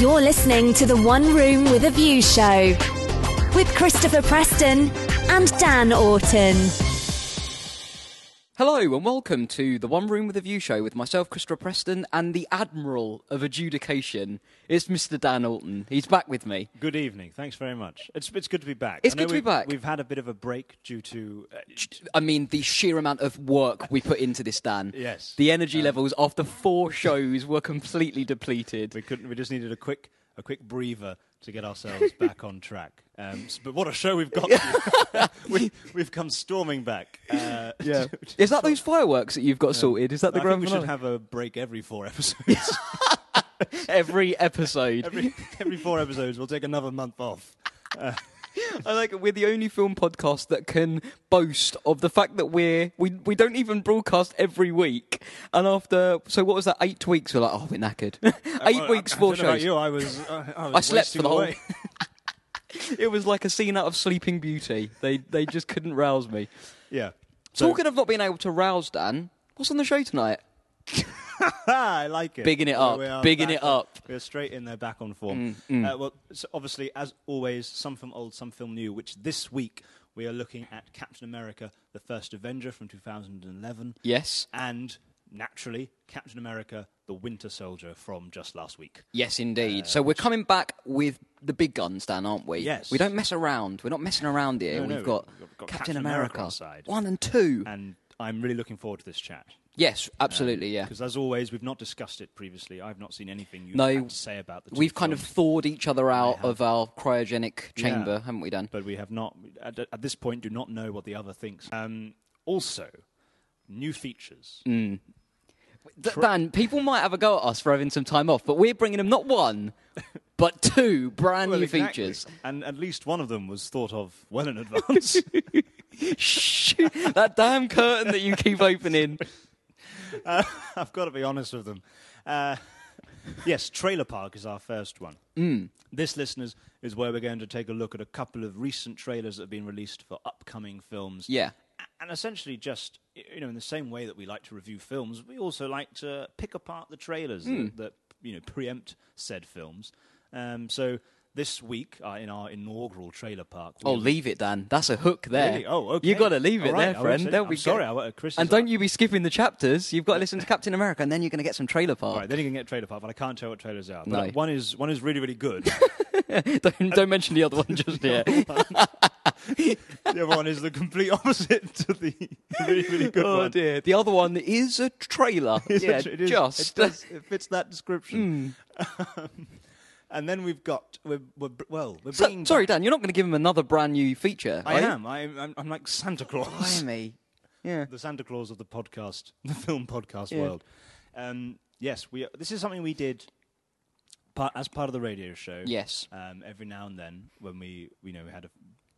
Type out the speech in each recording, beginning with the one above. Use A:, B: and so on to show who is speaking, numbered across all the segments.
A: You're listening to the One Room with a View show with Christopher Preston and Dan Orton.
B: Hello and welcome to the One Room with a View show with myself, Christopher Preston, and the Admiral of Adjudication. It's Mr. Dan Alton. He's back with me.
C: Good evening. Thanks very much. It's it's good to be back.
B: It's
C: I know
B: good to be
C: we've,
B: back.
C: We've had a bit of a break due to uh,
B: I mean, the sheer amount of work we put into this, Dan.
C: Yes. Um,
B: The energy levels after four shows were completely depleted.
C: we couldn't. We just needed a quick a quick breather to get ourselves back on track. Um, s- but what a show we've got! we, we've come storming back. Uh,
B: Yeah. Is that those fireworks that you've got sorted? Is that the
C: I think
B: grand
C: we should
B: finale?
C: have a break every four episodes.
B: Every episode.
C: every, every four episodes, we'll take another month off.
B: I like it. We're the only film podcast that can boast of the fact that we're we we don't even broadcast every week. And after so what was that? Eight weeks. We're like, oh, we're knackered. Eight
C: Well, I-
B: weeks,
C: I,
B: four
C: don't know about
B: shows.
C: you, I was. I, I was
B: I slept
C: wasting
B: for the whole-
C: away.
B: It was like a scene out of Sleeping Beauty. They they just couldn't rouse me.
C: yeah. So,
B: Talking of not being able to rouse, Dan, what's on the show tonight?
C: I like it.
B: Bigging it
C: Well,
B: up,
C: we are
B: bigging
C: back
B: it
C: on-
B: up. Mm,
C: we're straight in there, back on form. Uh, well, so obviously, as always, some film old, some film new, which this week we are looking at Captain America, the first Avenger from 2011.
B: Yes,
C: And naturally, Captain America, the Winter Soldier from just last week.
B: yes, indeed. so we're coming back with the big guns, Dan, aren't we?
C: Yes.
B: We don't mess around. We're not messing around here.
C: No,
B: We've
C: no,
B: got,
C: we've got- got
B: Captain,
C: Captain America
B: America,
C: on side.
B: one and two.
C: And I'm really looking forward to this chat.
B: yes, absolutely. yeah.
C: Because as always, we've not discussed it previously. I've not seen anything you've
B: No,
C: had to say about the two
B: We've kind of
C: films.
B: thawed each other out of our cryogenic chamber,
C: Yeah.
B: haven't we, Dan?
C: but we have not at, at this point do not know what the other thinks. Um, also, new features.
B: Mm. Th- Dan, people might have a go at us for having some time off, but we're bringing them not one, but two brand
C: Well,
B: new
C: exactly.
B: features.
C: and at least one of them was thought of well in advance.
B: Shh! that damn curtain that you keep opening.
C: Uh, I've got to be honest with them. Uh, yes, Trailer Park is our first one. Mm. This, listeners, is where we're going to take a look at a couple of recent trailers that have been released for upcoming films.
B: Yeah.
C: A- And essentially, just y- you know, in the same way that we like to review films, we also like to pick apart the trailers
B: Hmm.
C: that, that you know preempt said films. Um, so this week, uh, in our inaugural Trailer Park,
B: Oh,
C: we-
B: leave it, Dan. That's a hook there.
C: Really? Oh, okay.
B: You got to leave it
C: All right,
B: there,
C: I
B: friend.
C: won't say-
B: They'll
C: I'm
B: be
C: sorry, I won't- Chris is
B: and don't
C: right.
B: you be skipping the chapters. You've got to listen to Captain America, and then you're going to get some trailer
C: All
B: park.
C: right, then you can get Trailer Park, but I can't tell what trailers they are. But
B: No.
C: uh, one is one is really really good.
B: don't, don't mention the other one just yet.
C: the other one is the complete opposite to the really really good
B: Oh
C: one.
B: dear. The other one is a trailer.
C: It's
B: yeah,
C: actually- it is-
B: just. Hmm.
C: it, does, it fits that description. Um, and then we've got we're, we're br- well we're
B: So-
C: bringing
B: sorry,
C: back-
B: Dan, you're not going to give him another brand new feature.
C: I
B: are you?
C: am. I, I'm I'm like Santa Claus.
B: Blimey. Yeah.
C: the Santa Claus of the podcast, the film podcast
B: Yeah.
C: world. Um, yes, we. This is something we did part, as part of the radio show.
B: Yes.
C: Um, every now and then, when we, you know, we had a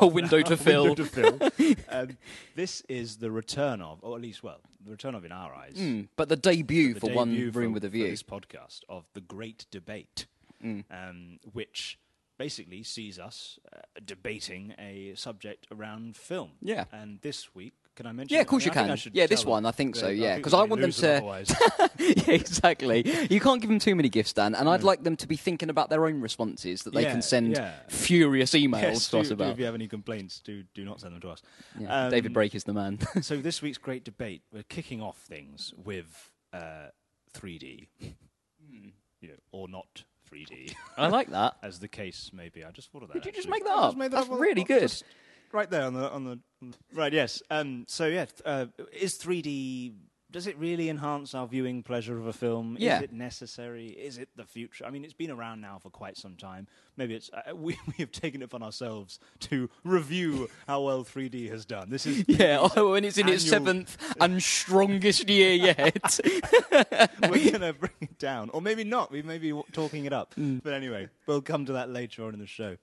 B: A window to fill.
C: window to fill. um, this is the return of, or at least, well, the return of in our eyes,
B: Mm, But the debut
C: the
B: for One
C: debut
B: Room
C: for-
B: with a
C: for
B: View. Mm.
C: this podcast of the Great Debate, um, which basically sees us uh, debating a subject around film.
B: Yeah.
C: And this week, can I mention?
B: Yeah,
C: it?
B: of course
C: I mean,
B: you
C: I think
B: can.
C: I should
B: Yeah, this
C: tell them
B: one, I think
C: that-
B: so, yeah,
C: think
B: 'cause
C: we'd
B: I want them
C: lose them
B: to-
C: otherwise.
B: yeah, exactly. You can't give them too many gifts, Dan, and I'd like them to be thinking about their own responses that they
C: Yeah,
B: can send
C: yeah.
B: furious emails
C: Yes,
B: to
C: do-
B: us
C: do-
B: about.
C: if you have any complaints, do do not send them to us.
B: Yeah,
C: Um,
B: David Brake is the man.
C: so this week's great debate, we're kicking off things with uh, 3D,
B: Hmm.
C: you know, or not 3D,
B: I like that.
C: as the case may be. I just thought of that.
B: Did you just
C: actually.
B: make that
C: I
B: up?
C: Oh, made
B: That's
C: on the-
B: really
C: on-
B: good.
C: just Right there on the on the right. Yes. Um, so yeah, th- uh, is 3D. Does it really enhance our viewing pleasure of a film?
B: Yeah.
C: Is it necessary? Is it the future? I mean, it's been around now for quite some time. Maybe it's uh, we, we have taken it upon ourselves to review how well 3D has done. This is
B: Yeah, oh, and it's in its
C: Annual-
B: seventh and strongest year yet.
C: we're gonna bring it down, or maybe not. We may be w-
B: Mm.
C: talking it up, but anyway, we'll come to that later on in the show.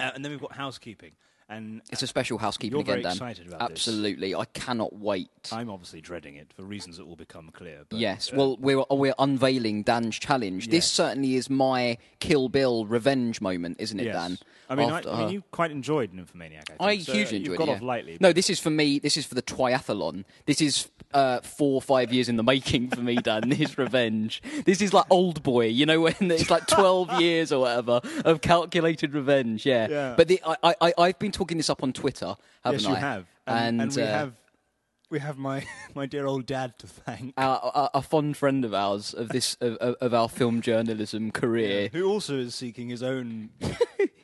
C: Uh, and then we've got housekeeping. And
B: It's a special housekeeping
C: You're
B: again,
C: very
B: Dan.
C: excited about this.
B: Absolutely, I cannot wait.
C: I'm obviously dreading it for reasons that will become clear. But,
B: yes,
C: uh,
B: well, we're oh, we're unveiling Dan's challenge. This
C: Yes.
B: certainly is my Kill Bill revenge moment, isn't it,
C: yes.
B: Dan?
C: I mean, I,
B: After
C: I mean,
B: her.
C: you quite enjoyed Nymphomaniac. I, think.
B: I
C: so uh,
B: hugely
C: you've
B: enjoyed
C: got
B: it.
C: off
B: yeah.
C: lightly.
B: No, this is for me. This is for the triathlon. This is uh, four or five years in the making for me, Dan. This revenge. This is like old boy. You know when it's like twelve years or whatever of calculated revenge. Yeah.
C: Yeah.
B: But the, I, I- I, I've been talking this up on Twitter, haven't
C: yes, you
B: I?
C: have, and, and we
B: uh,
C: have we have my my dear old dad to thank,
B: our, a, a fond friend of ours of this of, of, of our film journalism career.
C: who also is seeking his own.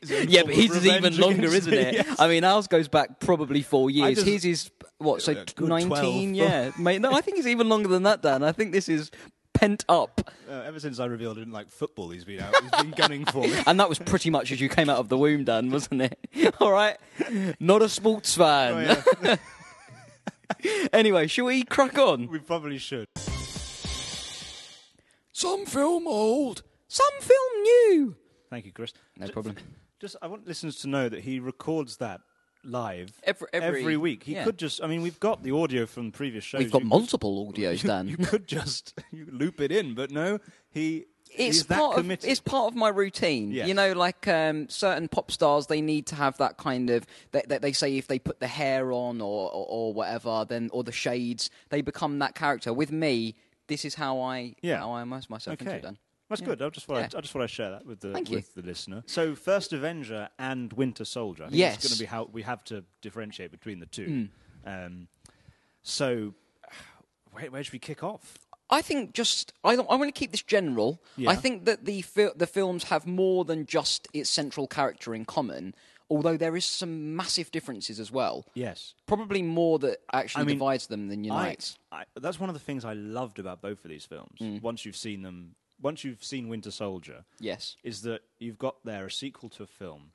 C: his own
B: Yeah,
C: form
B: but
C: of
B: his is even
C: revenge
B: longer,
C: against
B: isn't
C: me.
B: it?
C: Yes.
B: I mean, ours goes back probably four years.
C: just-
B: his is what? So
C: Yeah, good
B: 19?
C: 12.
B: Yeah, mate. No, I think it's even longer than that, Dan. I think this is pent up,
C: Uh, ever since I revealed I didn't like football, he's been out. He's been gunning for me.
B: and that was pretty much as you came out of the womb, Dan, wasn't it? All right, not a sports fan.
C: Oh, yeah.
B: Anyway, shall we crack on?
C: we probably should.
B: Some film old, some film new.
C: Thank you, Chris.
B: No
C: Ju-
B: problem.
C: Just, I want listeners to know that he records that live
B: Every- every-
C: week. He
B: yeah.
C: could just, I mean, we've got the audio from previous shows.
B: We've got
C: You-
B: multiple audios, Dan.
C: You could just you loop it in, but no, he
B: it's
C: he's that
B: part of,
C: committed.
B: it's part of my routine.
C: Yes.
B: You know, like um, certain pop stars, they need to have that kind of that they, they say if they put the hair on or, or or whatever, then or the shades, they become that character. With me, this is how I
C: Yeah.
B: how I immerse myself into
C: okay.
B: it. Dan.
C: That's good. I just want
B: Yeah.
C: I just want to share that with the
B: Thank you.
C: with the listener. So, First Avenger and Winter Soldier. I think
B: Yes. Hmm.
C: it's going to be how we have to differentiate between the two. Um, so, where, where should we kick off?
B: I think just I don't- I want to keep this general.
C: Yeah.
B: I think that the fil- the films have more than just its central character in common, although there is some massive differences as well.
C: Yes.
B: Probably more that actually
C: I mean,
B: divides them than
C: I-
B: unites.
C: I, that's one of the things I loved about both of these films.
B: Mm.
C: Once you've seen them, once you've seen Winter Soldier,
B: Yes.
C: is that you've got there a sequel to a film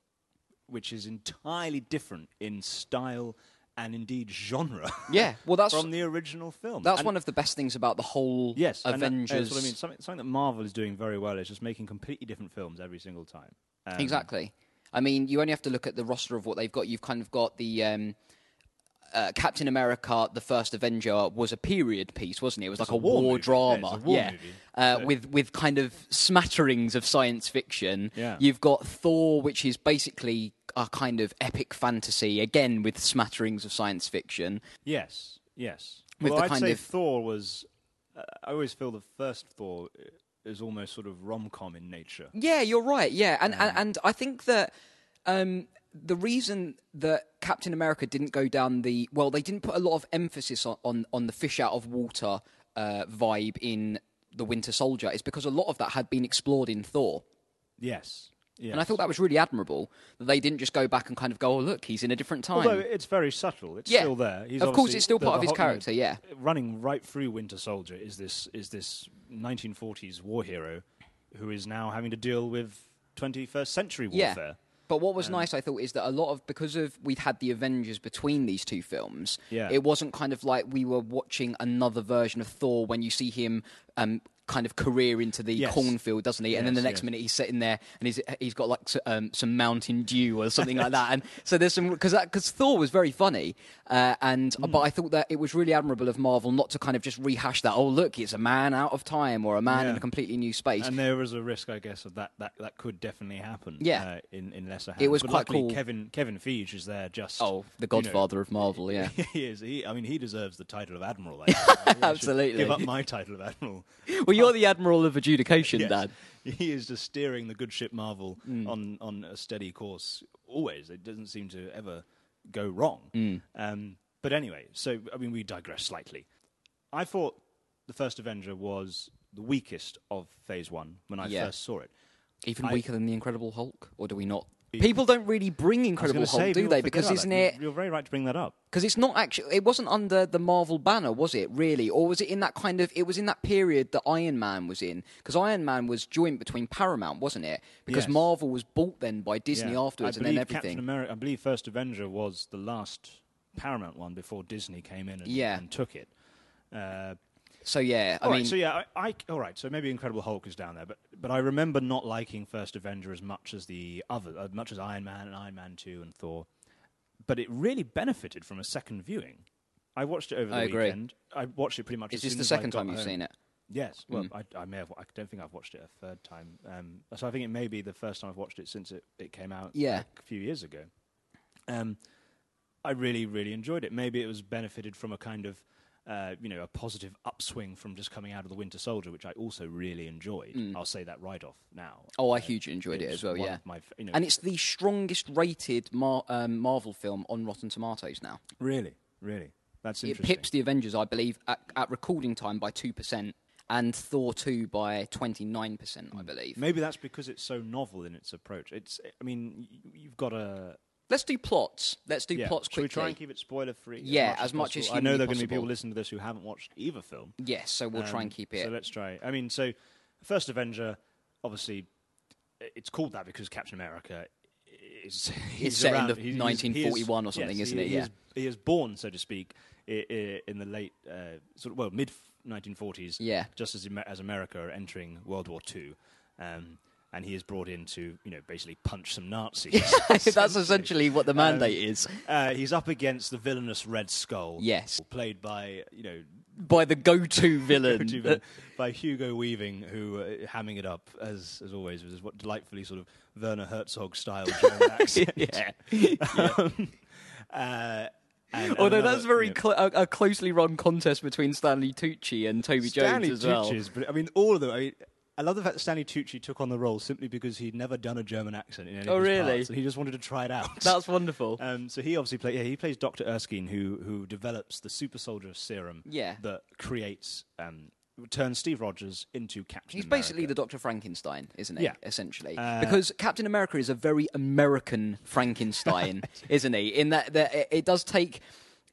C: which is entirely different in style and indeed genre.
B: Yeah, well, that's-
C: from the original film.
B: That's
C: And-
B: one of the best things about the whole
C: yes, and that-
B: Avengers.
C: that's what I mean. Something, something that Marvel is doing very well is just making completely different films every single time. Um,
B: Exactly. I mean, you only have to look at the roster of what they've got. You've kind of got the um, uh, Captain America: The First Avenger was a period piece, wasn't it? It was like a, war,
C: war movie. Yeah, it's
B: drama,
C: a war movie.
B: Uh, with with kind of smatterings of science fiction.
C: Yeah.
B: You've got Thor, which is basically a kind of epic fantasy, again with smatterings of science fiction.
C: Yes, yes.
B: With
C: well,
B: the
C: I'd
B: kind
C: say
B: of-
C: Thor was. Uh, I always feel the first Thor uh, is almost sort of rom com in nature.
B: Yeah, you're right. Yeah, and and, and I think that um, the reason that Captain America didn't go down the well, they didn't put a lot of emphasis on on, on the fish out of water uh, vibe in the Winter Soldier is because a lot of that had been explored in Thor.
C: Yes. Yes.
B: And I thought that was really admirable that they didn't just go back and kind of go, oh, look, he's in a different time.
C: Although it's very subtle, it's
B: Yeah.
C: still there. He's
B: Of course,
C: obviously-
B: it's still
C: the-
B: part
C: the
B: of his
C: whole- you know,
B: character, yeah.
C: running right through Winter Soldier is this is this 1940s war hero who is now having to deal with 21st century warfare.
B: But what was nice, I thought, is that a lot of because of we'd had the Avengers between these two films,
C: Yeah.
B: it wasn't kind of like we were watching another version of Thor when you see him um, kind of career into the
C: Yes.
B: cornfield, doesn't he? And then the
C: Yes,
B: next
C: yes.
B: minute he's sitting there and he's he's got like s- um, some Mountain Dew or something like that. And so there's some because because Thor was very funny, uh, and but
C: Mm.
B: I thought that it was really admirable of Marvel not to kind of just rehash that. Oh look, it's a man out of time or a man in
C: Yeah.
B: a completely new space.
C: And there was a risk, I guess, of that that, that could definitely happen.
B: Yeah.
C: uh, in in lesser hands.
B: was
C: But
B: quite
C: luckily
B: cool.
C: Kevin Kevin Feige is there just
B: oh, the
C: you know,
B: Godfather of Marvel, yeah.
C: he is. He, I mean, he deserves the title of admiral. I think. I should
B: Absolutely.
C: give up my title of admiral.
B: Well, you're the admiral of adjudication,
C: Oh. Yes.
B: Dad.
C: He is just steering the good ship Marvel
B: Mm.
C: on on a steady course. Always, it doesn't seem to ever go wrong.
B: Mm.
C: Um, but anyway, so I mean, we digress slightly. I thought the first Avenger was the weakest of Phase One when I
B: Yeah.
C: first saw it.
B: Even
C: I-
B: weaker than the Incredible Hulk, or do we not? People don't really bring
C: I was
B: Incredible
C: gonna
B: Hulk,
C: say,
B: do
C: people
B: they?
C: forget
B: Because
C: about
B: isn't
C: that.
B: it?
C: You're very right to bring that up.
B: Because it's not actually. It wasn't under the Marvel banner, was it? Really, or was it in that kind of? It was in that period that Iron Man was in, because Iron Man was joint between Paramount, wasn't it? Because
C: Yes.
B: Marvel was bought then by Disney
C: Yeah.
B: afterwards,
C: I
B: and then
C: believe
B: everything.
C: Captain America, I believe First Avenger was the last Paramount one before Disney came in and,
B: Yeah.
C: and took it. Uh,
B: so yeah, I
C: all right,
B: mean,
C: so yeah, I, I all right. So maybe Incredible Hulk is down there, but but I remember not liking First Avenger as much as the other, as much as Iron Man and Iron Man Two and Thor. but it really benefited from a second viewing. I watched it over the
B: I agree.
C: weekend. I watched it pretty much.
B: Is
C: as
B: this
C: soon
B: the
C: as I
B: second
C: got
B: time you've
C: home.
B: seen it?
C: Yes.
B: Mm.
C: Well, I, I may have. I don't think I've watched it a third time. Um, so I think it may be the first time I've watched it since it, it came out.
B: Yeah.
C: like, a few years ago. Um, I really really enjoyed it. Maybe it was benefited from a kind of. Uh, you know, a positive upswing from just coming out of the Winter Soldier, which I also really enjoyed. I'll say that right off now.
B: Mm. Oh, I
C: Uh,
B: hugely enjoyed it,
C: was
B: as well.
C: one
B: Yeah,
C: of my f- you know-
B: and it's the strongest rated Mar- um, Marvel film on Rotten Tomatoes now.
C: really, really, that's
B: It
C: interesting.
B: pips the Avengers, I believe, at, at recording time by two percent, and Thor two by twenty nine percent, I believe.
C: Hmm. Maybe that's because it's so novel in its approach. It's, I mean, y- you've got a
B: Let's do plots. Let's do
C: yeah.
B: plots
C: Should
B: quickly.
C: we try and keep it spoiler free?
B: Yeah, as much as
C: possible? I know there
B: humanly
C: are going to be people
B: possible.
C: listening to this who haven't watched either film. Um,
B: yes, so we'll try and keep it.
C: So let's try. I mean, so first Avenger, obviously, i- it's called that because Captain America is he's
B: set in
C: around-
B: the
C: he- he's- he is-
B: 1941 or something,
C: yes,
B: isn't
C: he,
B: it?
C: He
B: Yeah.
C: is, he is born, so to speak, i- i- in the late uh, sort of well mid 1940s.
B: Yeah.
C: just as Amer- as America are entering World War Two. Um, and he is brought in to, you know, basically punch some Nazis.
B: That's essentially what the mandate is
C: Uh, he's up against the villainous Red Skull.
B: Yes.
C: played by you know
B: by the go to villain.
C: by Hugo Weaving, who uh, hamming it up as as always with his what delightfully sort of Werner Herzog style German accent. Um,
B: yeah.
C: Uh, and-
B: Although
C: and
B: that's
C: another,
B: very
C: you know,
B: cl- a, a closely run contest between Stanley Tucci and Toby
C: Stanley
B: Jones as well.
C: Tucci's, but I mean all of them. I mean, I love the fact that Stanley Tucci took on the role simply because he'd never done a German accent in any
B: Oh,
C: of his
B: really?
C: parts, and he just wanted to try it out.
B: That's wonderful.
C: Um, so he obviously play, yeah, he plays Doctor Erskine, who who develops the super soldier serum.
B: Yeah.
C: that creates um, turns Steve Rogers into Captain.
B: He's
C: America.
B: basically the Dr. Frankenstein, isn't he?
C: Yeah.
B: Essentially.
C: Uh,
B: because Captain America is a very American Frankenstein, isn't he? In that, that it, it does take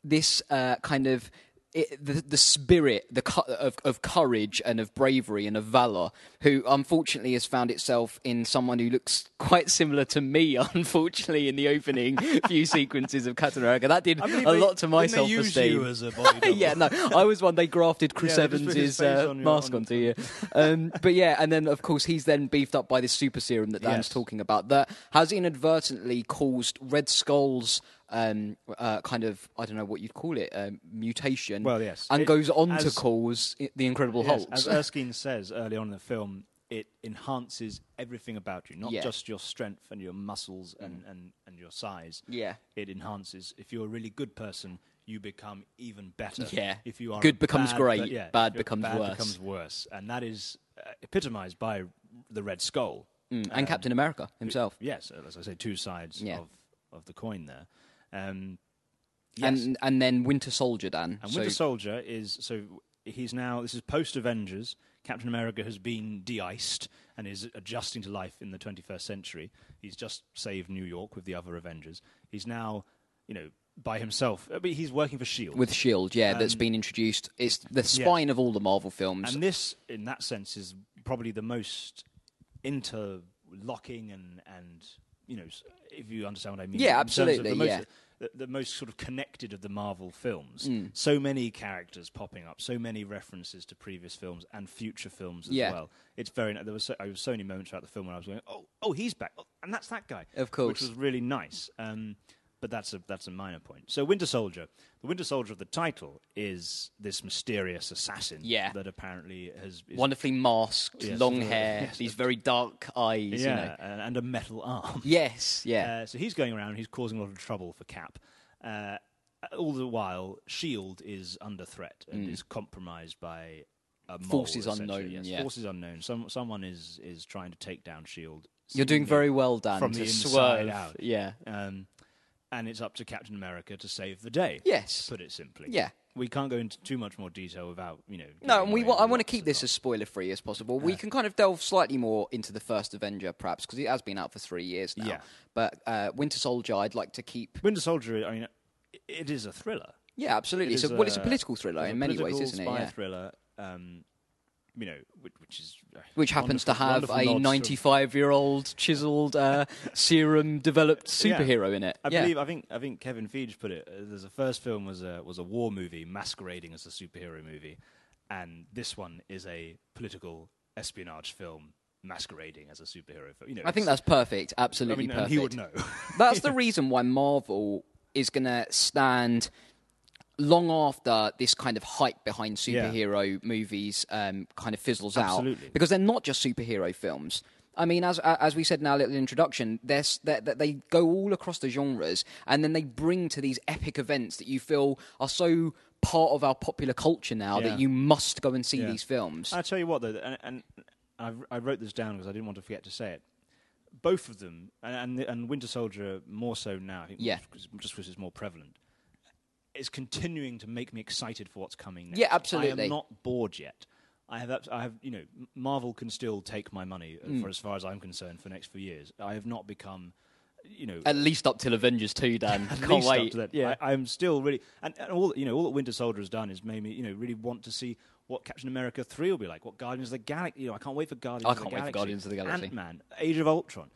B: this uh, kind of. It, the, the spirit the co- of, of courage and of bravery and of valor, who unfortunately has found itself in someone who looks quite similar to me, unfortunately, in the opening few sequences of Captain America. That did
C: I believe
B: a
C: they-
B: lot to
C: didn't
B: my
C: they
B: self
C: use
B: esteem.
C: you as a body double?
B: yeah, no, I was one. They grafted Chris
C: Yeah, they just put
B: Evans's
C: his face
B: uh,
C: on your-
B: mask
C: on-
B: onto you. Um, but yeah, and then of course he's then beefed up by this super serum that Dan's
C: Yes.
B: talking about that has inadvertently caused Red Skull's um, uh, kind of I don't know what you'd call it um, mutation.
C: Well, yes.
B: and
C: It-
B: goes on to
C: as-
B: cause i- the Incredible
C: Yes,
B: Hulk.
C: as Erskine says early on in the film, it enhances everything about you, not
B: Yeah. Mm.
C: just your strength and your muscles and, and, and your size.
B: Yeah.
C: It enhances. If you're a really good person, you become even better.
B: Yeah.
C: If you are
B: Good
C: a
B: becomes
C: bad
B: great,
C: per- yeah,
B: bad
C: if you're-
B: becomes
C: bad
B: worse.
C: becomes worse, and that is uh, epitomized by the Red Skull.
B: Mm, and Captain
C: um,
B: America himself.
C: Yes, as I say, two sides
B: Yeah.
C: of of the coin there. Um,
B: And and then Winter Soldier Dan.
C: And
B: So-
C: Winter Soldier is so he's now this is post Avengers. Captain America has been de-iced and is adjusting to life in the 21st century. He's just saved New York with the other Avengers. He's now, you know, by himself. I E mean, he's working for Shield.
B: with Shield, E yeah, that's
C: Um,
B: been introduced. It's the spine of all the Marvel films.
C: and this, in that sense, is probably the most interlocking and and you know, s- if you understand what I mean.
B: Yeah,
C: in terms of
B: absolutely,
C: The most,
B: yeah.
C: The, the most sort of connected of the Marvel films.
B: Mm.
C: So many characters popping up, so many references to previous films and future films as
B: Yeah.
C: well. It's very. There was so, I was so many moments throughout the film when I was going, oh, oh, he's back, oh, and that's that guy.
B: Of course.
C: which was really nice. Um, but that's a that's a minor point. So Winter Soldier, the Winter Soldier of the title is this mysterious assassin
B: Yeah.
C: that apparently has is-
B: Wonderfully masked,
C: Yes.
B: long hair,
C: Yes.
B: these very dark eyes.
C: yeah,
B: You know.
C: and, and a metal arm.
B: Yes, yeah.
C: Uh, so he's going around. He's causing a lot of trouble for Cap. Uh, all the while, Shield E is under threat and is compromised by a mole,
B: Mm. Forces
C: essentially.
B: unknown,
C: Yes,
B: yeah.
C: forces unknown. Some someone is is trying to take down Shield.
B: You're doing
C: seemingly
B: very well, Dan.
C: from
B: to
C: the inside
B: swerve.
C: out.
B: Yeah.
C: Um, and it's up to Captain America to save the day.
B: Yes.
C: to put it simply.
B: Yeah.
C: we can't go into too much more detail without you know.
B: No,
C: giving
B: and we
C: away
B: wa- I
C: the
B: want to
C: lots
B: keep
C: of
B: this as spoiler free as possible. We can kind of delve slightly more into the first Avenger, perhaps, because it has been out for three years now.
C: Yeah.
B: But uh, Winter Soldier, I'd like to keep.
C: Winter Soldier, I mean, i- it is a thriller.
B: Yeah, absolutely.
C: It
B: So,
C: is
B: well, it's a
C: a-
B: political thriller
C: It's a
B: in many ways,
C: political
B: isn't it?
C: spy
B: Yeah.
C: thriller, um, you know, which, which is uh,
B: Which happens to
C: wonderful-
B: have
C: wonderful
B: a
C: nods to-
B: 95 year old chiseled uh, serum developed
C: Yeah.
B: superhero in it.
C: I
B: yeah.
C: believe I think I think Kevin Feige put it. Uh, there's a first film was a was a war movie masquerading as a superhero movie, and this one is a political espionage film masquerading as a superhero film. You know,
B: I think that's
C: it's-
B: perfect. Absolutely
C: I mean,
B: perfect.
C: and he would know.
B: That's the reason why Marvel is going to stand long after this kind of hype behind
C: Yeah.
B: superhero movies um, kind of fizzles
C: Absolutely.
B: out because they're not just superhero films. I mean, as as we said in our little introduction, they're, s- that that they go all across the genres, and then they bring to these epic events that you feel are so part of our popular culture now
C: Yeah.
B: that you must go and see
C: Yeah.
B: these films.
C: I tell you what, though, and, and I, I wrote this down because I didn't want to forget to say it. Both of them, and and, and Winter Soldier more so now, I think,
B: Yeah.
C: 'cause- just because it's more prevalent, is continuing to make me excited for what's coming next.
B: Yeah,
C: I
B: absolutely.
C: am not bored yet. I have, abs- I have, you know, M- Marvel can still take my money uh,
B: Mm.
C: for as far as I'm concerned for the next few years. I have not become, you know,
B: At least up till Avengers two, Dan.
C: at
B: Can't
C: least up
B: wait.
C: to that. I, I'm still really and, and all that- you know all that Winter Soldier has done is made me you know really want to see what Captain America three will be like, what Guardians of the Galaxy. You know, I can't wait for Guardians.
B: I
C: of
B: can't
C: the
B: wait for
C: Galaxy.
B: Guardians of the Galaxy.
C: Ant Man, Age of Ultron.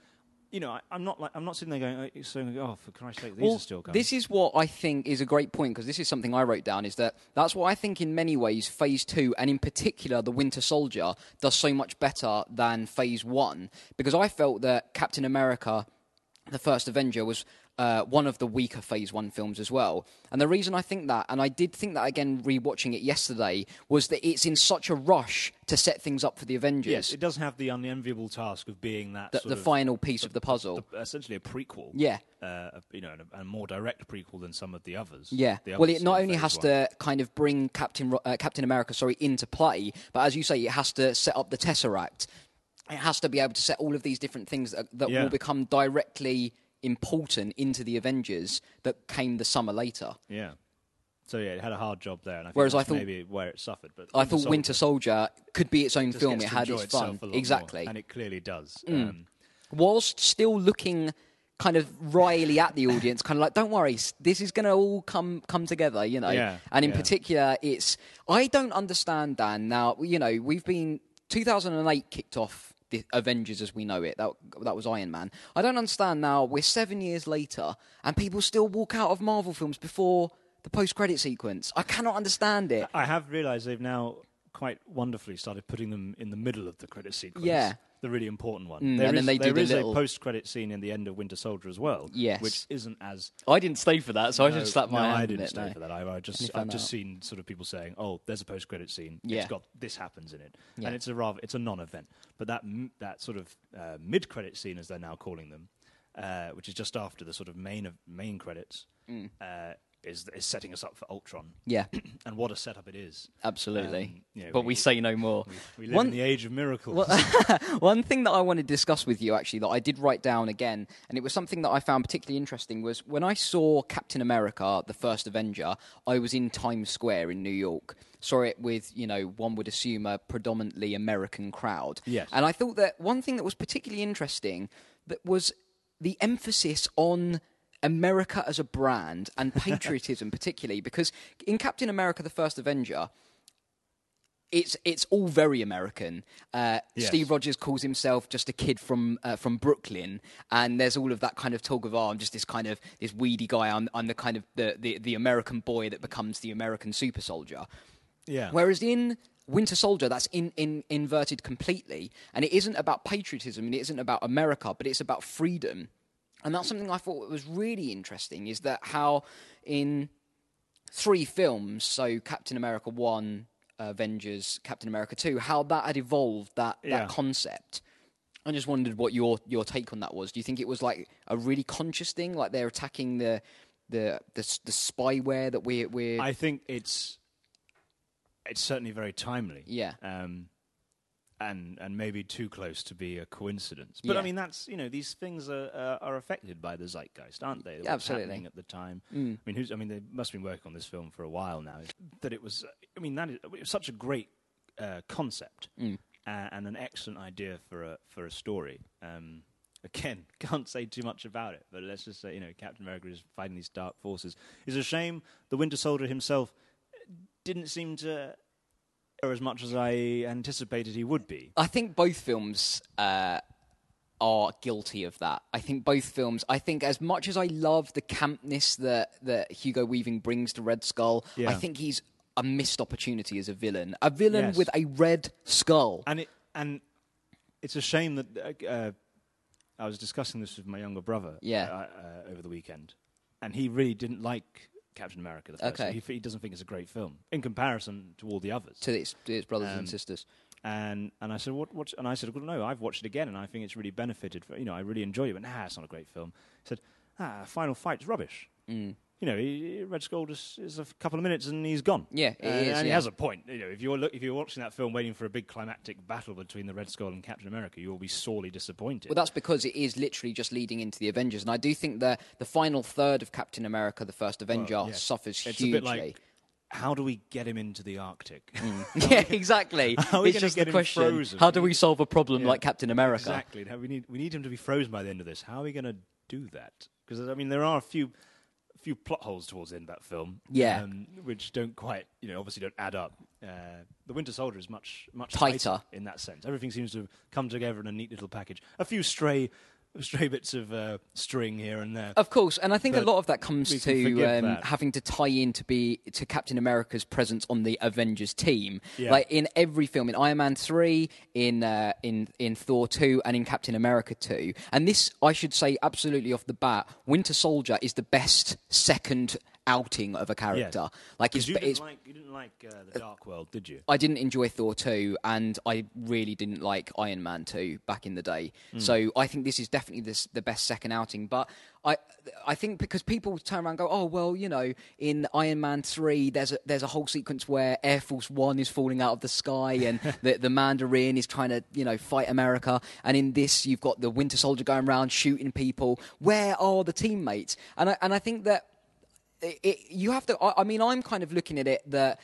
C: You know, I, I'm not like I'm not sitting there going, oh, so, oh for Christ's sake, these
B: Well,
C: are still coming.
B: This is what I think is a great point because this is something I wrote down is that that's what I think in many ways phase 2 and in particular the Winter Soldier does so much better than phase 1 because I felt that Captain America the first Avenger was uh, one of the weaker Phase One films as well, and the reason I think that, and I did think that again rewatching it yesterday, was that it's in such a rush to set things up for the Avengers,
C: yes, it does have the unenviable task of being that
B: the,
C: sort
B: the
C: of-
B: final piece of the puzzle.
C: essentially a prequel.
B: Yeah.
C: uh, you know, and a, and a more direct prequel than some of the others.
B: Yeah.
C: The
B: well,
C: others
B: it not
C: in
B: only
C: phase
B: has
C: one.
B: to kind of bring Captain Ro- uh, Captain America, sorry, into play, but as you say, it has to set up the Tesseract. It has to be able to set all of these different things that, that
C: Yeah.
B: will become directly important into the Avengers that came the summer later.
C: Yeah. So yeah, it had a hard job there, and I think
B: Whereas I
C: that's
B: thought-
C: maybe where it suffered. But
B: I thought Winter Soldier could be its own
C: just
B: film.
C: gets
B: It
C: to
B: had
C: enjoy
B: its
C: itself
B: fun.
C: a lot more,
B: Exactly. Mm.
C: and it clearly does. Um,
B: Whilst still looking kind of wryly at the audience, kind of like, don't worry, s- this is going to all come come together, you know.
C: Yeah,
B: and in
C: yeah.
B: particular, it's I don't understand Dan. Now you know we've been 2008 kicked off the Avengers as we know it. That that was Iron Man. I don't understand now. We're seven years later, and people still walk out of Marvel films before the post credit sequence. I cannot understand it.
C: I have realised they've now quite wonderfully started putting them in the middle of the credit sequence.
B: Yeah.
C: The really important one.
B: Mm,
C: There
B: and then
C: is-
B: they do
C: there
B: the
C: is
B: little-
C: a post-credit scene in the end of Winter Soldier as well.
B: Yes.
C: which isn't as.
B: I didn't stay for that, so I should slap
C: no,
B: my hand.
C: I
B: in
C: didn't
B: it,
C: stay
B: no.
C: for that. I, I
B: And
C: just,
B: you
C: I've
B: found
C: just
B: out.
C: seen sort of people saying, "Oh, there's a post-credit scene.
B: Yeah.
C: It's got this happens in it,"
B: Yeah.
C: and it's a rather, it's a non-event. But that m- that sort of uh, mid-credit scene, as they're now calling them, uh, which is just after the sort of main of main credits, uh, is is setting us up for Ultron.
B: Mm. Yeah,
C: and what a setup it is.
B: absolutely.
C: Um, you know,
B: but we, say no more.
C: We live
B: One-
C: in the age of miracles.
B: One thing that I want to discuss with you, actually, that I did write down again, and it was something that I found particularly interesting, was when I saw Captain America, the first Avenger, I was in Times Square in New York. Saw it with, you know, one would assume a predominantly American crowd.
C: Yes.
B: And I thought that one thing that was particularly interesting that was the emphasis on America as a brand and patriotism, particularly, because in Captain America, the first Avenger, it's it's all very American. Uh,
C: Yes.
B: Steve Rogers calls himself just a kid from uh, from Brooklyn, and there's all of that kind of talk of oh, I'm just this kind of this weedy guy. I'm I'm the kind of the the, the American boy that becomes the American super soldier.
C: yeah.
B: Whereas in Winter Soldier, that's in, in inverted completely, and it isn't about patriotism and it isn't about America, but it's about freedom. And that's something I thought was really interesting is that how in three films, so Captain America One, uh, Avengers, Captain America Two, how that had evolved that
C: Yeah.
B: that concept. I just wondered what your your take on that was. Do you think it was like a really conscious thing, like they're attacking the the the, s- the spyware that we're we're
C: I think it's it's certainly very timely.
B: Yeah.
C: Um, and and maybe too close to be a coincidence. But
B: Yeah.
C: I mean, that's you know these things are uh, are affected by the zeitgeist, aren't they? What's
B: Absolutely.
C: happening at the time. I mean, who's? I mean, they must have been working on this film for a while now. That it was. I mean, that is it was such a great uh, concept uh, and an excellent idea for a for a story. Um, again, can't say too much about it, but let's just say you know Captain America is fighting these dark forces. It's a shame the Winter Soldier himself didn't seem to care as much as I anticipated he would be.
B: I think both films uh, are guilty of that. I think both films. I think as much as I love the campness that that Hugo Weaving brings to Red Skull, I
C: Yeah.
B: think he's a missed opportunity as a villain. A villain
C: Yes.
B: with a red skull.
C: And it and it's a shame that uh, uh, I was discussing this with my younger brother.
B: Yeah.
C: uh, uh, over the weekend, and he really didn't like Captain America. The first
B: Okay.
C: one. He, he doesn't think it's a great film in comparison to all the others.
B: to its, to its brothers
C: Um,
B: and sisters.
C: and and I said, what? what and I said, well, no, I've watched it again, and I think it's really benefited. For, you know, I really enjoyed it, but nah, it's not a great film. He said, ah, Final Fight's rubbish.
B: Mm.
C: You know, he- Red Skull just is a f- couple of minutes and he's gone.
B: Yeah, it
C: Uh, and,
B: is,
C: he
B: yeah.
C: has a point. You know, if you're look, if you're watching that film waiting for a big climactic battle between the Red Skull and Captain America, you will be sorely disappointed.
B: Well, that's because it is literally just leading into the Avengers, and I do think that the final third of Captain America: The First Avenger
C: yeah.
B: suffers
C: it's
B: hugely. Mm.
C: a bit like, how do we get him into the Arctic?
B: yeah, exactly.
C: How are we
B: it's
C: gonna
B: just
C: get
B: the
C: him
B: question:
C: frozen?
B: how do we solve a problem
C: Yeah.
B: like Captain America?
C: Exactly. Now, We need we need him to be frozen by the end of this. How are we going to do that? Because I mean, there are a few few plot holes towards the end of that film.
B: Yeah.
C: um, which don't quite you know obviously don't add up. Uh, the Winter Soldier is much much
B: Tighter.
C: tighter. in that sense. Everything seems to have come together in a neat little package. A few stray stray bits of uh, string here and there.
B: Of course, and I think a
C: But
B: lot of that comes
C: we can
B: to
C: forgive
B: um,
C: that.
B: having to tie in to be to Captain America's presence on the Avengers team.
C: Yeah.
B: Like in every film, in Iron Man three, in uh, in in Thor two, and in Captain America two. And this, I should say, absolutely off the bat, Winter Soldier is the best second outing of a character. Like
C: 'Cause
B: it's,
C: you didn't
B: it's
C: like you didn't like uh, the Dark World, did you?
B: I didn't enjoy Thor 2 and I really didn't like Iron Man 2 back in the day. So I think this is definitely this, the best second outing. But I I think because people turn around and go, oh, well, you know, in Iron Man 3, there's a, there's a whole sequence where Air Force One is falling out of the sky and the, the Mandarin is trying to, you know, fight America. And in this, you've got the Winter Soldier going around shooting people. Where are the teammates? And I, and I think that it, it, you have to. I, I mean, I'm kind of looking at it that.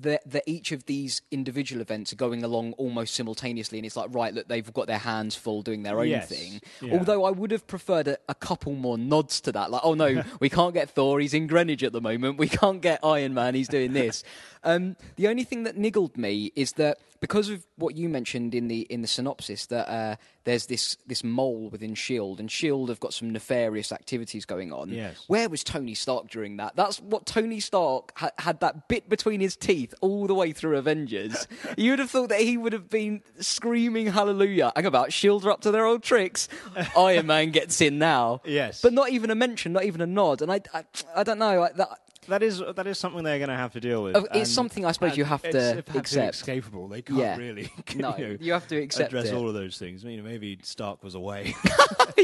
B: That, that each of these individual events are going along almost simultaneously, and it's like, right, look, they've got their hands full doing their own
C: Yes.
B: thing.
C: Yeah.
B: Although I would have preferred a, a couple more nods to that, like, oh no, we can't get Thor, he's in Greenwich at the moment, we can't get Iron Man, he's doing this. um, the only thing that niggled me is that because of what you mentioned in the in the synopsis, that uh, there's this this mole within Shield, E and Shield have got some nefarious activities going on.
C: Yes.
B: Where was Tony Stark during that? That's what Tony Stark ha- had that bit between his teeth all the way through Avengers. you would have thought that he would have been screaming hallelujah and about Shield are up to their old tricks. Iron Man gets in now.
C: Yes.
B: But not even a mention, not even a nod. And I, I, I don't know. I, that,
C: That is that is something they're going to have to deal with.
B: Oh, it's
C: and-
B: something I suppose
C: and
B: you have to
C: it's perhaps
B: accept.
C: inescapable. They can't
B: Yeah.
C: really.
B: No,
C: you, know,
B: you have to accept
C: address
B: it.
C: all of those things. You know, maybe Stark was away.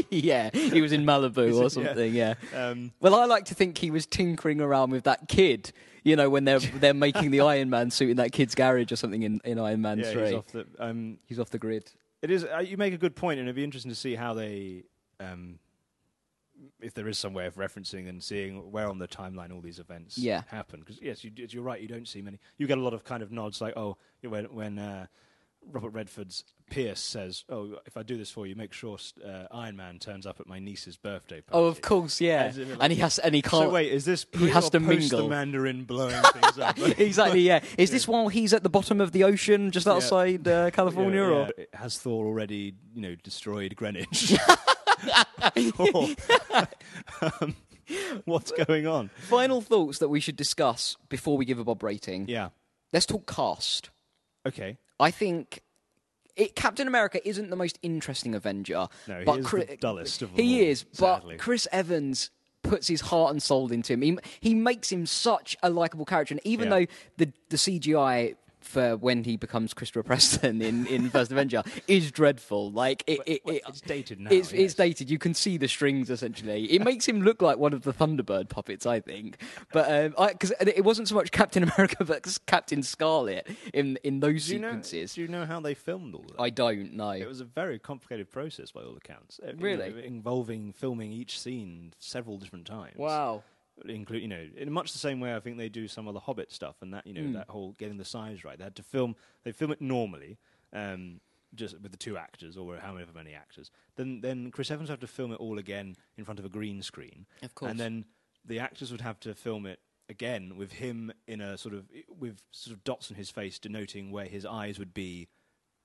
B: yeah, he was in Malibu or
C: Yeah.
B: something. Yeah.
C: um,
B: Well, I like to think he was tinkering around with that kid. You know, when they're they're making the Iron Man suit in that kid's garage or something in, in Iron Man
C: yeah,
B: three.
C: he's off the. Um,
B: he's off the grid.
C: it is. Uh, you make a good point, and it'd be interesting to see how they, um, if there is some way of referencing and seeing where on the timeline all these events
B: Yeah.
C: happen. Because yes, you, d- you're right. You don't see many. You get a lot of kind of nods like, oh, you know, when when. Uh, Robert Redford's Pierce says, "Oh, if I do this for you, make sure uh, Iron Man turns up at my niece's birthday party."
B: Oh, of course, yeah.
C: As if it-
B: And he has, and he can't.
C: So wait, is this
B: he
C: pre
B: has
C: or
B: to
C: post
B: mingle.
C: the Mandarin blowing things up?
B: exactly, yeah. Is this while he's at the bottom of the ocean, just outside uh, California,
C: Yeah,
B: or
C: yeah. Has Thor already, you know, destroyed Greenwich? Or- um, what's going on?
B: final thoughts that we should discuss before we give a Bob rating?
C: Yeah.
B: Let's talk cast.
C: Okay.
B: I think it, Captain America isn't the most interesting Avenger.
C: No, he
B: but
C: is
B: Chri-
C: the dullest of them
B: He
C: all,
B: is, but
C: sadly.
B: Chris Evans puts his heart and soul into him. He, he makes him such a likable character, and even
C: Yeah.
B: though the the CGI for when he becomes Christopher Preston in, in First Avenger is dreadful. Like it, it,
C: well,
B: it-
C: it's dated now,
B: It's, it's
C: yes.
B: dated. You can see the strings essentially. It makes him look like one of the Thunderbird puppets, I think. But because it wasn't so much Captain America, but Captain Scarlet in in those
C: Do you, know,
B: sequences.
C: do you know how they filmed all that?
B: I don't know.
C: it was a very complicated process by all accounts. Uh, you know,
B: Really?
C: involving filming each scene several different times.
B: wow.
C: include you know in much the same way I think they do some of the Hobbit stuff and that you know
B: Hmm.
C: that whole getting the size right. They had to film they film it normally, um, just with the two actors or however many actors. Then then Chris Evans would have to film it all again in front of a green screen.
B: Of course.
C: and then the actors would have to film it again with him in a sort of with sort of dots on his face denoting where his eyes would be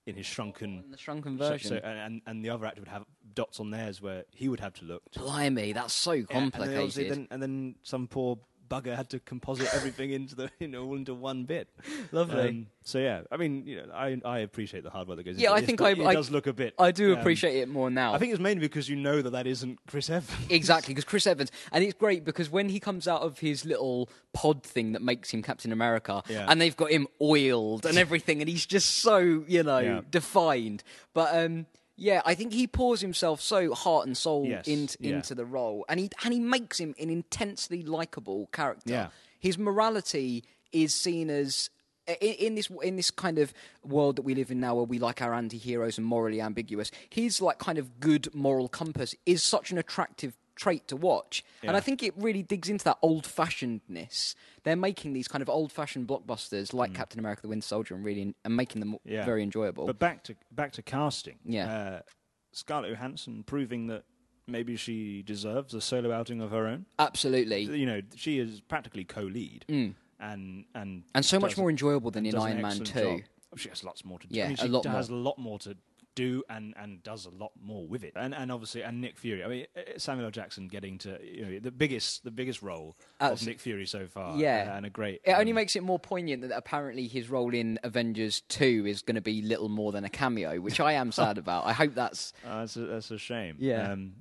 C: in his shrunken.
B: The shrunken
C: so-
B: version.
C: So, and, and- and the other actor would have dots on theirs where he would have to look. To
B: Blimey, that's so
C: yeah, and then obviously
B: complicated.
C: then- And then, some poor bugger had to composite everything into the you know all into one bit.
B: Lovely.
C: Um, so yeah, I mean, you know, I I appreciate the hard work that goes.
B: Yeah,
C: into
B: I
C: this,
B: think
C: but
B: I-
C: it
B: I-
C: does look a bit.
B: I do
C: um,
B: appreciate it more now.
C: I think it's mainly because you know that that isn't Chris Evans.
B: Exactly, because Chris Evans, and it's great because when he comes out of his little pod thing that makes him Captain America,
C: Yeah.
B: and they've got him oiled and everything, and he's just so you know
C: Yeah.
B: defined. But um, yeah, I think he pours himself so heart and soul
C: Yes,
B: in-
C: yeah.
B: into the role, and he and he makes him an intensely likable character.
C: Yeah.
B: His morality is seen as. i- In this in this kind of world that we live in now, where we like our anti-heroes and morally ambiguous, his like kind of good moral compass is such an attractive trait to watch, and I
C: Yeah.
B: think it really digs into that old-fashionedness. They're making these kind of old-fashioned blockbusters like Captain America: The Winter Soldier, and really and making them
C: Mm. Yeah.
B: very enjoyable.
C: But back to back to casting.
B: Yeah.
C: Uh, Scarlett Johansson proving that maybe she deserves a solo outing of her own.
B: Absolutely,
C: You know, she is practically co-lead, and Mm. and
B: and so much
C: does a-
B: more enjoyable than in
C: does an
B: Iron Man Two.
C: excellent job. Oh, She has lots more to do.
B: Yeah,
C: I mean,
B: a
C: she
B: lot
C: has a lot more to do and, and does a lot more with it. And and obviously and Nick Fury. I mean eh, Samuel L. Jackson getting to you know the biggest the biggest role of
B: Abs-
C: Nick Fury so far.
B: Yeah.
C: uh, and a great.
B: It only
C: um,
B: makes it more poignant that apparently his role in Avengers 2 is going to be little more than a cameo, which I am sad about. I hope that's.
C: uh, that's, a, that's a shame.
B: Yeah.
C: Um,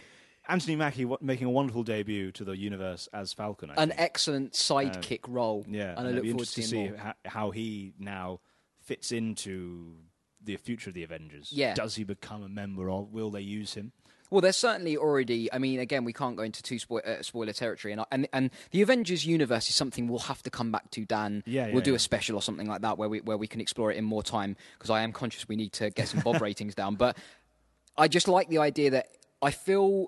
C: Anthony Mackie wa making a wonderful debut to the universe as Falcon. I
B: An
C: think.
B: excellent sidekick role,
C: Um, Yeah,
B: and I
C: it'd
B: look
C: be
B: forward to
C: interesting
B: seeing
C: see
B: more.
C: ho- how he now fits into the future of the Avengers.
B: Yeah.
C: does he become a member of? Will they use him?
B: Well, there's certainly already. I mean, again, we can't go into too spo- uh, spoiler territory, and, I- and and the Avengers universe is something we'll have to come back to, Dan.
C: Yeah, yeah,
B: we'll do
C: yeah.
B: a special or something like that where we where we can explore it in more time because I am conscious we need to get some Bob ratings down. But I just like the idea that I feel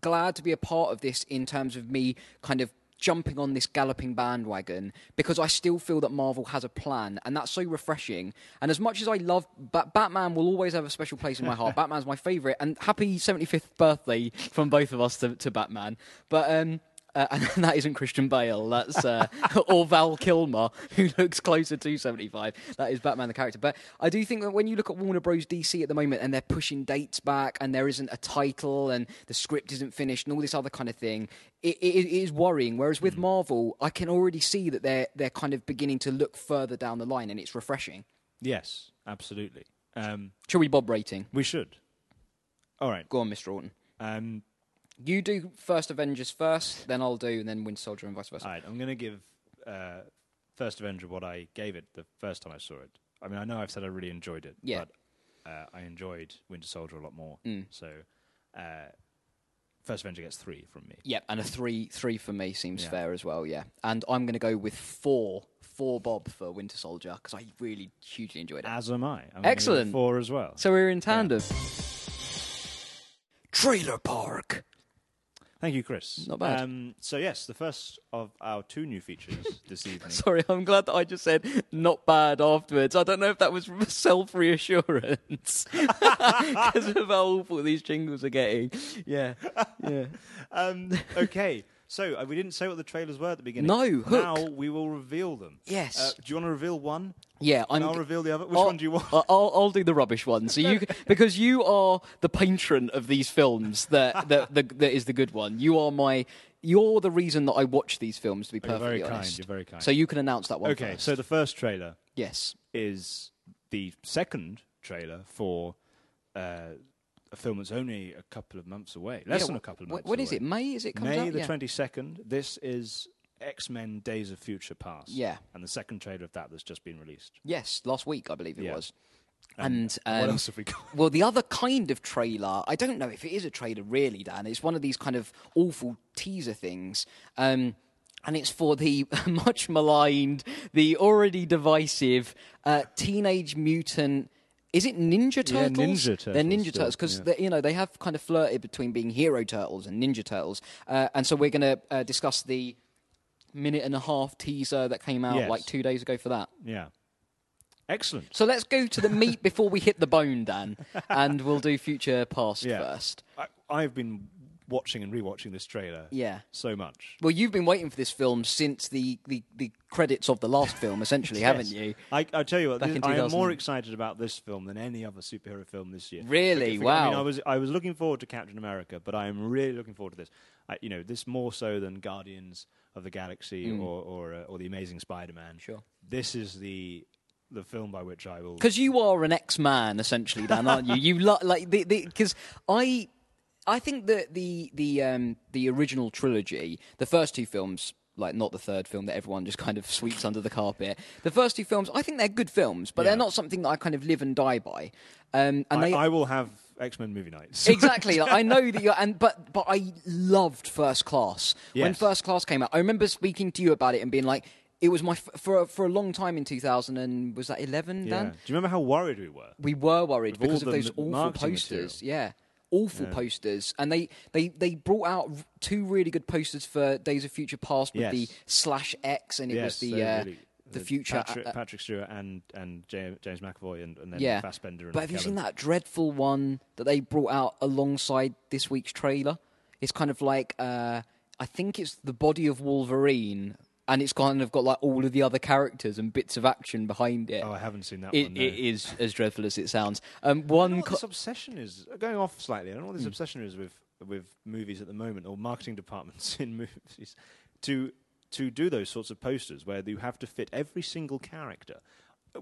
B: glad to be a part of this in terms of me kind of jumping on this galloping bandwagon because I still feel that Marvel has a plan and that's so refreshing and as much as I love ba- Batman will always have a special place in my heart Batman's my favorite and happy 75th birthday from both of us to, to Batman but um uh, and that isn't Christian Bale. That's uh, or Val Kilmer, who looks closer to seventy-five. That is Batman the character. But I do think that when you look at Warner Bros. DC at the moment, and they're pushing dates back, and there isn't a title, and the script isn't finished, and all this other kind of thing, it, it, it is worrying. Whereas with Marvel, I can already see that they're they're kind of beginning to look further down the line, and it's refreshing.
C: Yes, absolutely. Um,
B: Shall we Bob rating?
C: we should. All right.
B: Go on, Mr. Orton.
C: Um,
B: You do first Avengers first, then I'll do, and then Winter Soldier, and vice versa.
C: all right. I'm going to give uh, First Avenger what I gave it the first time I saw it. I mean, I know I've said I really enjoyed it,
B: Yeah. Mm.
C: but uh, I enjoyed Winter Soldier a lot more. So, uh, First Avenger gets three from me.
B: Yep, and a three three for me seems
C: Yeah.
B: fair as well. Yeah, and I'm going to go with four four Bob for Winter Soldier because I really hugely enjoyed it.
C: As am I. I'm gonna give it
B: Excellent.
C: Four as well.
B: Ah, so we're in tandem. Trailer Park.
C: Thank you, Chris.
B: Not bad.
C: Um, so yes, the first of our two new features this evening.
B: Sorry, I'm glad that I just said not bad afterwards. I don't know if that was self reassurance because of how awful these jingles are getting. Yeah, yeah.
C: um, okay. So uh, we didn't say what the trailers were at the beginning.
B: No, Hook.
C: Now we will reveal them.
B: Yes.
C: Uh, do you want to reveal one?
B: Yeah, I'm.
C: And I'll reveal the other. Which
B: I'll-
C: one do you want?
B: I- I'll, I'll do the rubbish one. So you, because you are the patron of these films, that that, that that is the good one. You are my, you're the reason that I watch these films. To be
C: You're
B: perfectly
C: very kind,
B: honest,
C: you're very kind.
B: So you can announce that one.
C: Okay.
B: first.
C: So the first trailer
B: yes,
C: is the second trailer for uh, a film that's only a couple of months away. Less
B: Yeah,
C: than a
B: wh-
C: couple of
B: wh-
C: months.
B: What
C: away.
B: is it? May is it comes
C: May
B: out?
C: the
B: yeah.
C: twenty second. This is X Men: Days of Future Past.
B: Yeah.
C: and the second trailer of that that's just been released.
B: Yes, last week I believe it
C: Yeah. uh,
B: was. And,
C: what
B: um,
C: else have we got?
B: Well, the other kind of trailer, I don't know if it is a trailer really, Dan. It's one of these kind of awful teaser things. Um, and it's for the much maligned, the already divisive uh, Teenage Mutant. Is it Ninja
C: Yeah,
B: Turtles?
C: Ninja
B: They're
C: Turtles
B: Ninja
C: still,
B: Turtles because
C: yeah.
B: you know they have kind of flirted between being Hero Turtles and Ninja Turtles, uh, and so we're going to uh, discuss the minute and a half teaser that came out
C: Yes.
B: like two days ago for that.
C: Yeah. Excellent.
B: So let's go to the meat before we hit the bone, Dan, and we'll do future past
C: Yeah.
B: first.
C: I, I've been watching and rewatching this trailer.
B: Yeah.
C: So much.
B: Well, you've been waiting for this film since the, the, the credits of the last film, essentially, haven't
C: Yes.
B: you?
C: I, I tell you what,
B: Back
C: this-
B: in
C: I am
B: 2000.
C: more excited about this film than any other superhero film this year.
B: Really?
C: I think- I mean,
B: Wow.
C: I was I was looking forward to Captain America, but I am really looking forward to this. I, you know, this more so than Guardians of the Galaxy or or, uh, or the Amazing Spider-Man.
B: Mm. Sure.
C: This is the the film by which I will.
B: Because you are an X-Man, essentially, Dan, aren't you? You lo- like the because I I think that the the um the original trilogy, the first two films, like not the third film that everyone just kind of sweeps under the carpet. The first two films, I think they're good films, but they're
C: Yeah.
B: not something that I kind of live and die by. Um, and
C: I,
B: they
C: I will have X-Men movie nights.
B: exactly. Like, I know that you're, and but but I loved First Class when
C: Yes.
B: First Class came out. I remember speaking to you about it and being like, it was my f- for for a long time in 2000 and was that 11,
C: Yeah.
B: Dan?
C: Do you remember how worried we were?
B: We were worried
C: With all
B: because of
C: the
B: those
C: m-
B: awful
C: marketing
B: posters. Yeah. Awful posters, and they, they they brought out r- two really good posters for Days of Future Past with
C: Yes.
B: the slash X, and it was
C: Yes,
B: the
C: they
B: uh,
C: really-
B: the future.
C: Patrick,
B: uh, uh,
C: Patrick Stewart and and James, James McAvoy and, and then
B: yeah,
C: Fassbender. And
B: but have you seen
C: Callum.
B: that dreadful one that they brought out alongside this week's trailer? It's kind of like uh, I think it's the body of Wolverine, and it's kind of got like all of the other characters and bits of action behind it.
C: Oh, I haven't seen that
B: it,
C: one. No.
B: it is as dreadful as it sounds. Um, one.
C: what
B: co- Hmm.
C: this obsession is Uh, going off slightly. I don't know what this obsession is with with movies at the moment or marketing departments in movies to to do those sorts of posters where you have to fit every single character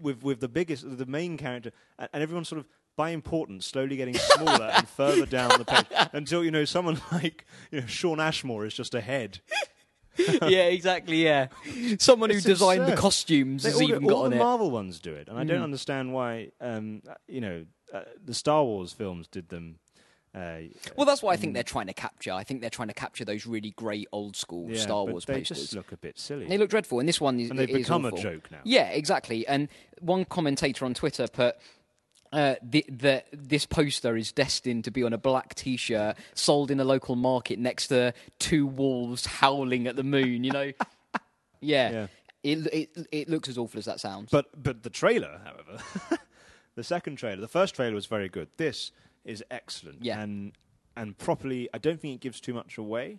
C: with with the biggest the main character and, and everyone sort of by importance slowly getting smaller and further down the page until you know someone like you know Sean Ashmore is just a head.
B: yeah, exactly. Yeah, someone
C: It's
B: who designed the
C: absurd.
B: costumes
C: They-
B: has
C: all the-
B: even got
C: all
B: on
C: the
B: it. Hmm.
C: Marvel ones do it, and I don't understand why. Um, uh, you know, uh, the Star Wars films did them. Uh,
B: well, that's what I think they're trying to capture. I think they're trying to capture those really great old school
C: yeah,
B: Star
C: but
B: Wars
C: they
B: posters.
C: just look a bit silly.
B: They look dreadful, and this one is
C: And they've
B: it is
C: become a
B: awful.
C: joke now.
B: Yeah, exactly. And one commentator on Twitter put. Uh, the, the, this poster is destined to be on a black T-shirt sold in a local market next to two wolves howling at the moon. You know, yeah,
C: Yeah.
B: It, it it looks as awful as that sounds.
C: But but the trailer, however, the second trailer, the first trailer was very good. This is excellent.
B: Yeah.
C: And and properly, I don't think it gives too much away.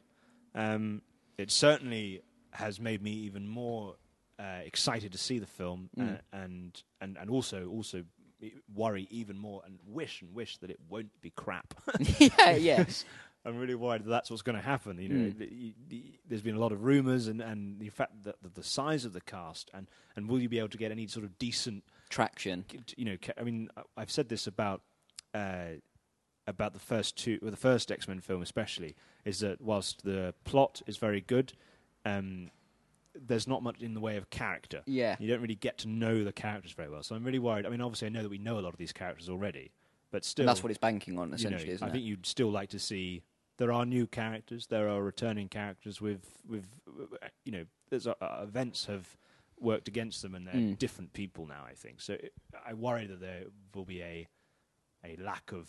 C: Um, it certainly has made me even more uh, excited to see the film,
B: Mm.
C: uh, and and and also also worry even more and wish and wish that it won't be crap.
B: yeah, yes,
C: I'm really worried that that's what's going to happen. You
B: Hmm.
C: know, the- you- the- there's been a lot of rumours, and, and the fact that the, the size of the cast, and, and will you be able to get any sort of decent,
B: traction.
C: you know, ca- I mean, I- I've said this about uh, about the first two, well, the first X Men film especially, is that whilst the plot is very good, um, there's not much in the way of character.
B: Yeah.
C: you don't really get to know the characters very well. So I'm really worried. I mean, obviously, I know that we know a lot of these characters already, but still,
B: And that's what it's banking on,
C: you know,
B: essentially, isn't
C: I
B: it?
C: think you'd still like to see there are new characters, there are returning characters with with uh, you know there's uh, uh, events have worked against them and they're
B: Mm.
C: different people now. I think so. It, I worry that there will be a a lack of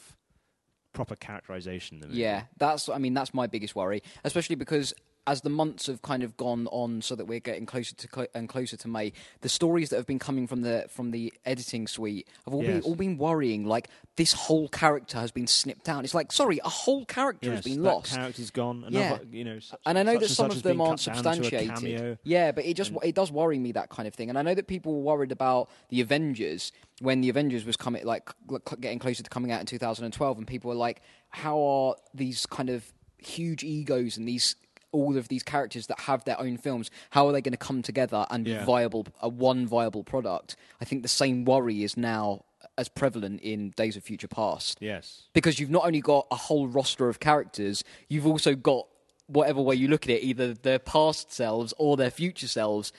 C: proper characterization. In the movie.
B: Yeah, that's. I mean, that's my biggest worry, especially because as the months have kind of gone on, so that we're getting closer to clo- and closer to May, the stories that have been coming from the from the editing suite have all been
C: Yes.
B: all been worrying. Like this whole character has been snipped out. It's like, sorry, a whole character
C: Yes,
B: has been
C: that
B: lost.
C: Character's gone. Another,
B: Yeah.
C: you know, such,
B: and I know
C: such
B: that some
C: such
B: of
C: has
B: them
C: been
B: aren't
C: cut down to a cameo.
B: substantiated. Yeah, but it just it does worry me that kind of thing. And I know that people were worried about the Avengers when the Avengers was coming like cl- cl- getting closer to coming out in 2012, and people were like, "How are these kind of huge egos and these?" All of these characters that have their own films, how are they going to come together and be
C: Yeah.
B: viable? A one viable product. I think the same worry is now as prevalent in Days of Future Past
C: Yes.
B: because you've not only got a whole roster of characters, you've also got whatever way you look at it, either their past selves or their future selves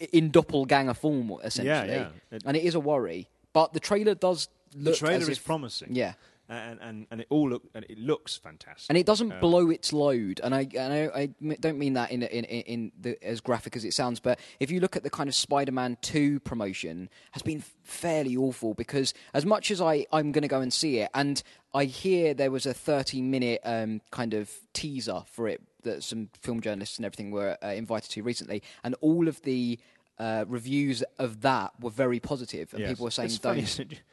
B: i- in doppelganger form, essentially.
C: yeah. It-
B: and it is a worry, but the trailer does look.
C: the trailer
B: as
C: is
B: if-
C: promising.
B: Yeah.
C: and and and it all look and it looks fantastic.
B: And it doesn't blow its load, and I and I, I m- don't mean that in in in the, as graphic as it sounds, but if you look at the kind of Spider-Man Two promotion, has been fairly awful because as much as I I'm going to go and see it, and I hear there was a 30 minute um, kind of teaser for it that some film journalists and everything were uh, invited to recently, and all of the uh, reviews of that were very positive, and
C: Yes.
B: people were saying,
C: It's funny,
B: "Don't."
C: isn't it?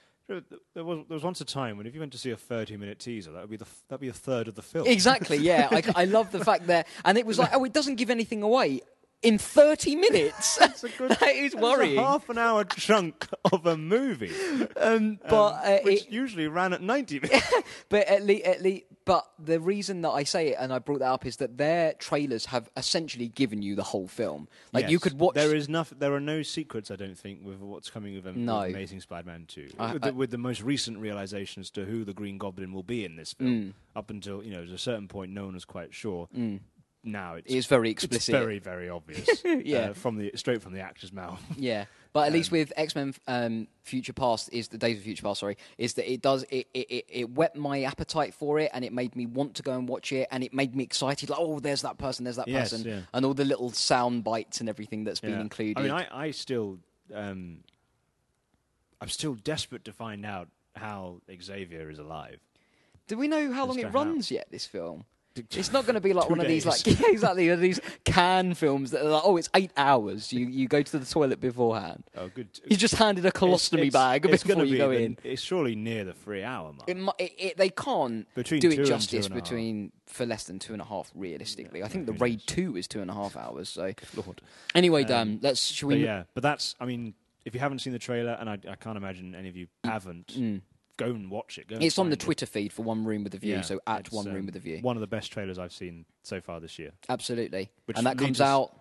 C: There was there was once a time when if you went to see a thirty minute teaser, that would be the f- that'd be a third of the film.
B: Exactly. Yeah, I, I love the fact that, and it was like, oh, it doesn't give anything away. in 30 minutes.
C: It's a good-
B: that is
C: that is a
B: worrying.
C: half an hour chunk of a movie,
B: um, but uh,
C: which
B: it,
C: usually ran at 90 minutes.
B: But at least, at least, but the reason that I say it and I brought that up is that their trailers have essentially given you the whole film. Like you
C: Yes.
B: could watch.
C: There is nothing. There are no secrets, I don't think, with what's coming with, um,
B: No.
C: with Amazing Spider-Man Two.
B: I-
C: with,
B: I-
C: the, with the most recent realization as to who the Green Goblin will be in this
B: Mm.
C: film, up until you know, at a certain point, no one was quite sure. Now it's,
B: It's Mm. very explicit.
C: very, very obvious.
B: Yeah.
C: uh, from the straight from the actor's mouth.
B: Yeah, but at least with X Men um, Future Past is the Days of Future Past. Sorry, is that it does it, it it it whet my appetite for it, and it made me want to go and watch it, and it made me excited. Like, oh, there's that person, there's that
C: Yes,
B: person,
C: yeah.
B: and all the little sound bites and everything that's been
C: Yeah.
B: included.
C: I mean, I, I still, um, I'm still desperate to find out how Xavier is alive.
B: Do we know how long it
C: gonna
B: runs yet? This film. It's not going to be like
C: Two
B: one of
C: days.
B: these like yeah, exactly one of these can films that are like oh it's eight hours you you go to the toilet beforehand.
C: Oh, good.
B: You just handed a
C: It's-
B: colostomy
C: it's-
B: bag
C: it's
B: before
C: gonna
B: you
C: be
B: go
C: the-
B: in.
C: It's surely near the three-hour mark.
B: It, mu- it, it, they can't
C: Between
B: do
C: two
B: it
C: and two
B: justice
C: and a half.
B: between for less than two and a half realistically. I think the raid two is two and a half hours. So
C: Lord. Um,
B: anyway, Dan, let's should
C: But
B: we?
C: yeah, but that's. I mean, if you haven't seen the trailer, and I, I can't imagine any of you haven't, go and watch it. Go and
B: Mm. It's on the
C: find it.
B: Twitter feed for One Room with a View,
C: Yeah,
B: so at
C: it's,
B: One Room
C: um,
B: with a View,
C: One of the best trailers I've seen so far this year.
B: absolutely,
C: Which
B: and that
C: leads
B: comes
C: us-
B: out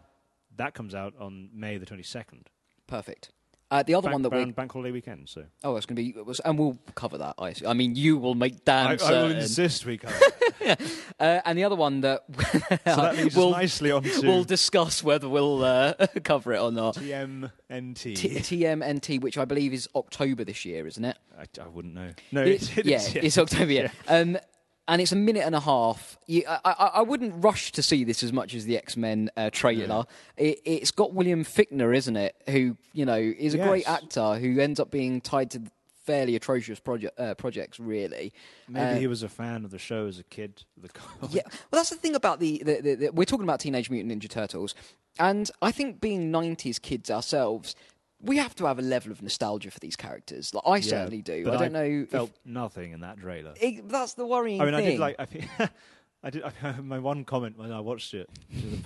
C: That comes out on May the twenty-second.
B: perfect. Uh, the other
C: Bank,
B: one that we
C: around bank holiday weekend. So
B: Oh, it's going to be, it was- and we'll cover that. I, I mean, you will make damn
C: I, I will
B: certain.
C: insist we cover.
B: uh, and the other one that,
C: So that leads
B: we'll,
C: us nicely on to
B: we'll discuss whether we'll uh, cover it or not.
C: TMNT.
B: T- TMNT, which I believe is October this year, isn't it?
C: I, I wouldn't know. No,
B: It-
C: it's, it
B: yeah,
C: is,
B: it's October. Yeah. Um, and it's a minute and a half. You, I, I, I wouldn't rush to see this as much as the X Men uh, trailer. It, it's got William Fickner, isn't it? Who you know is a great
C: Yes.
B: actor who ends up being tied to fairly atrocious project, uh, projects. Really,
C: Maybe
B: Uh,
C: he was a fan of the show as a kid. The comic.
B: Yeah, well, that's the thing about the, the, the, the we're talking about Teenage Mutant Ninja Turtles, and I think being '90s kids ourselves, we have to have a level of nostalgia for these characters. Like I
C: Yeah,
B: certainly do.
C: but
B: I don't know. if-
C: Felt nothing in that trailer.
B: it- that's the worrying
C: I mean,
B: thing.
C: I did like. I, think- I did. I, my one comment when I watched it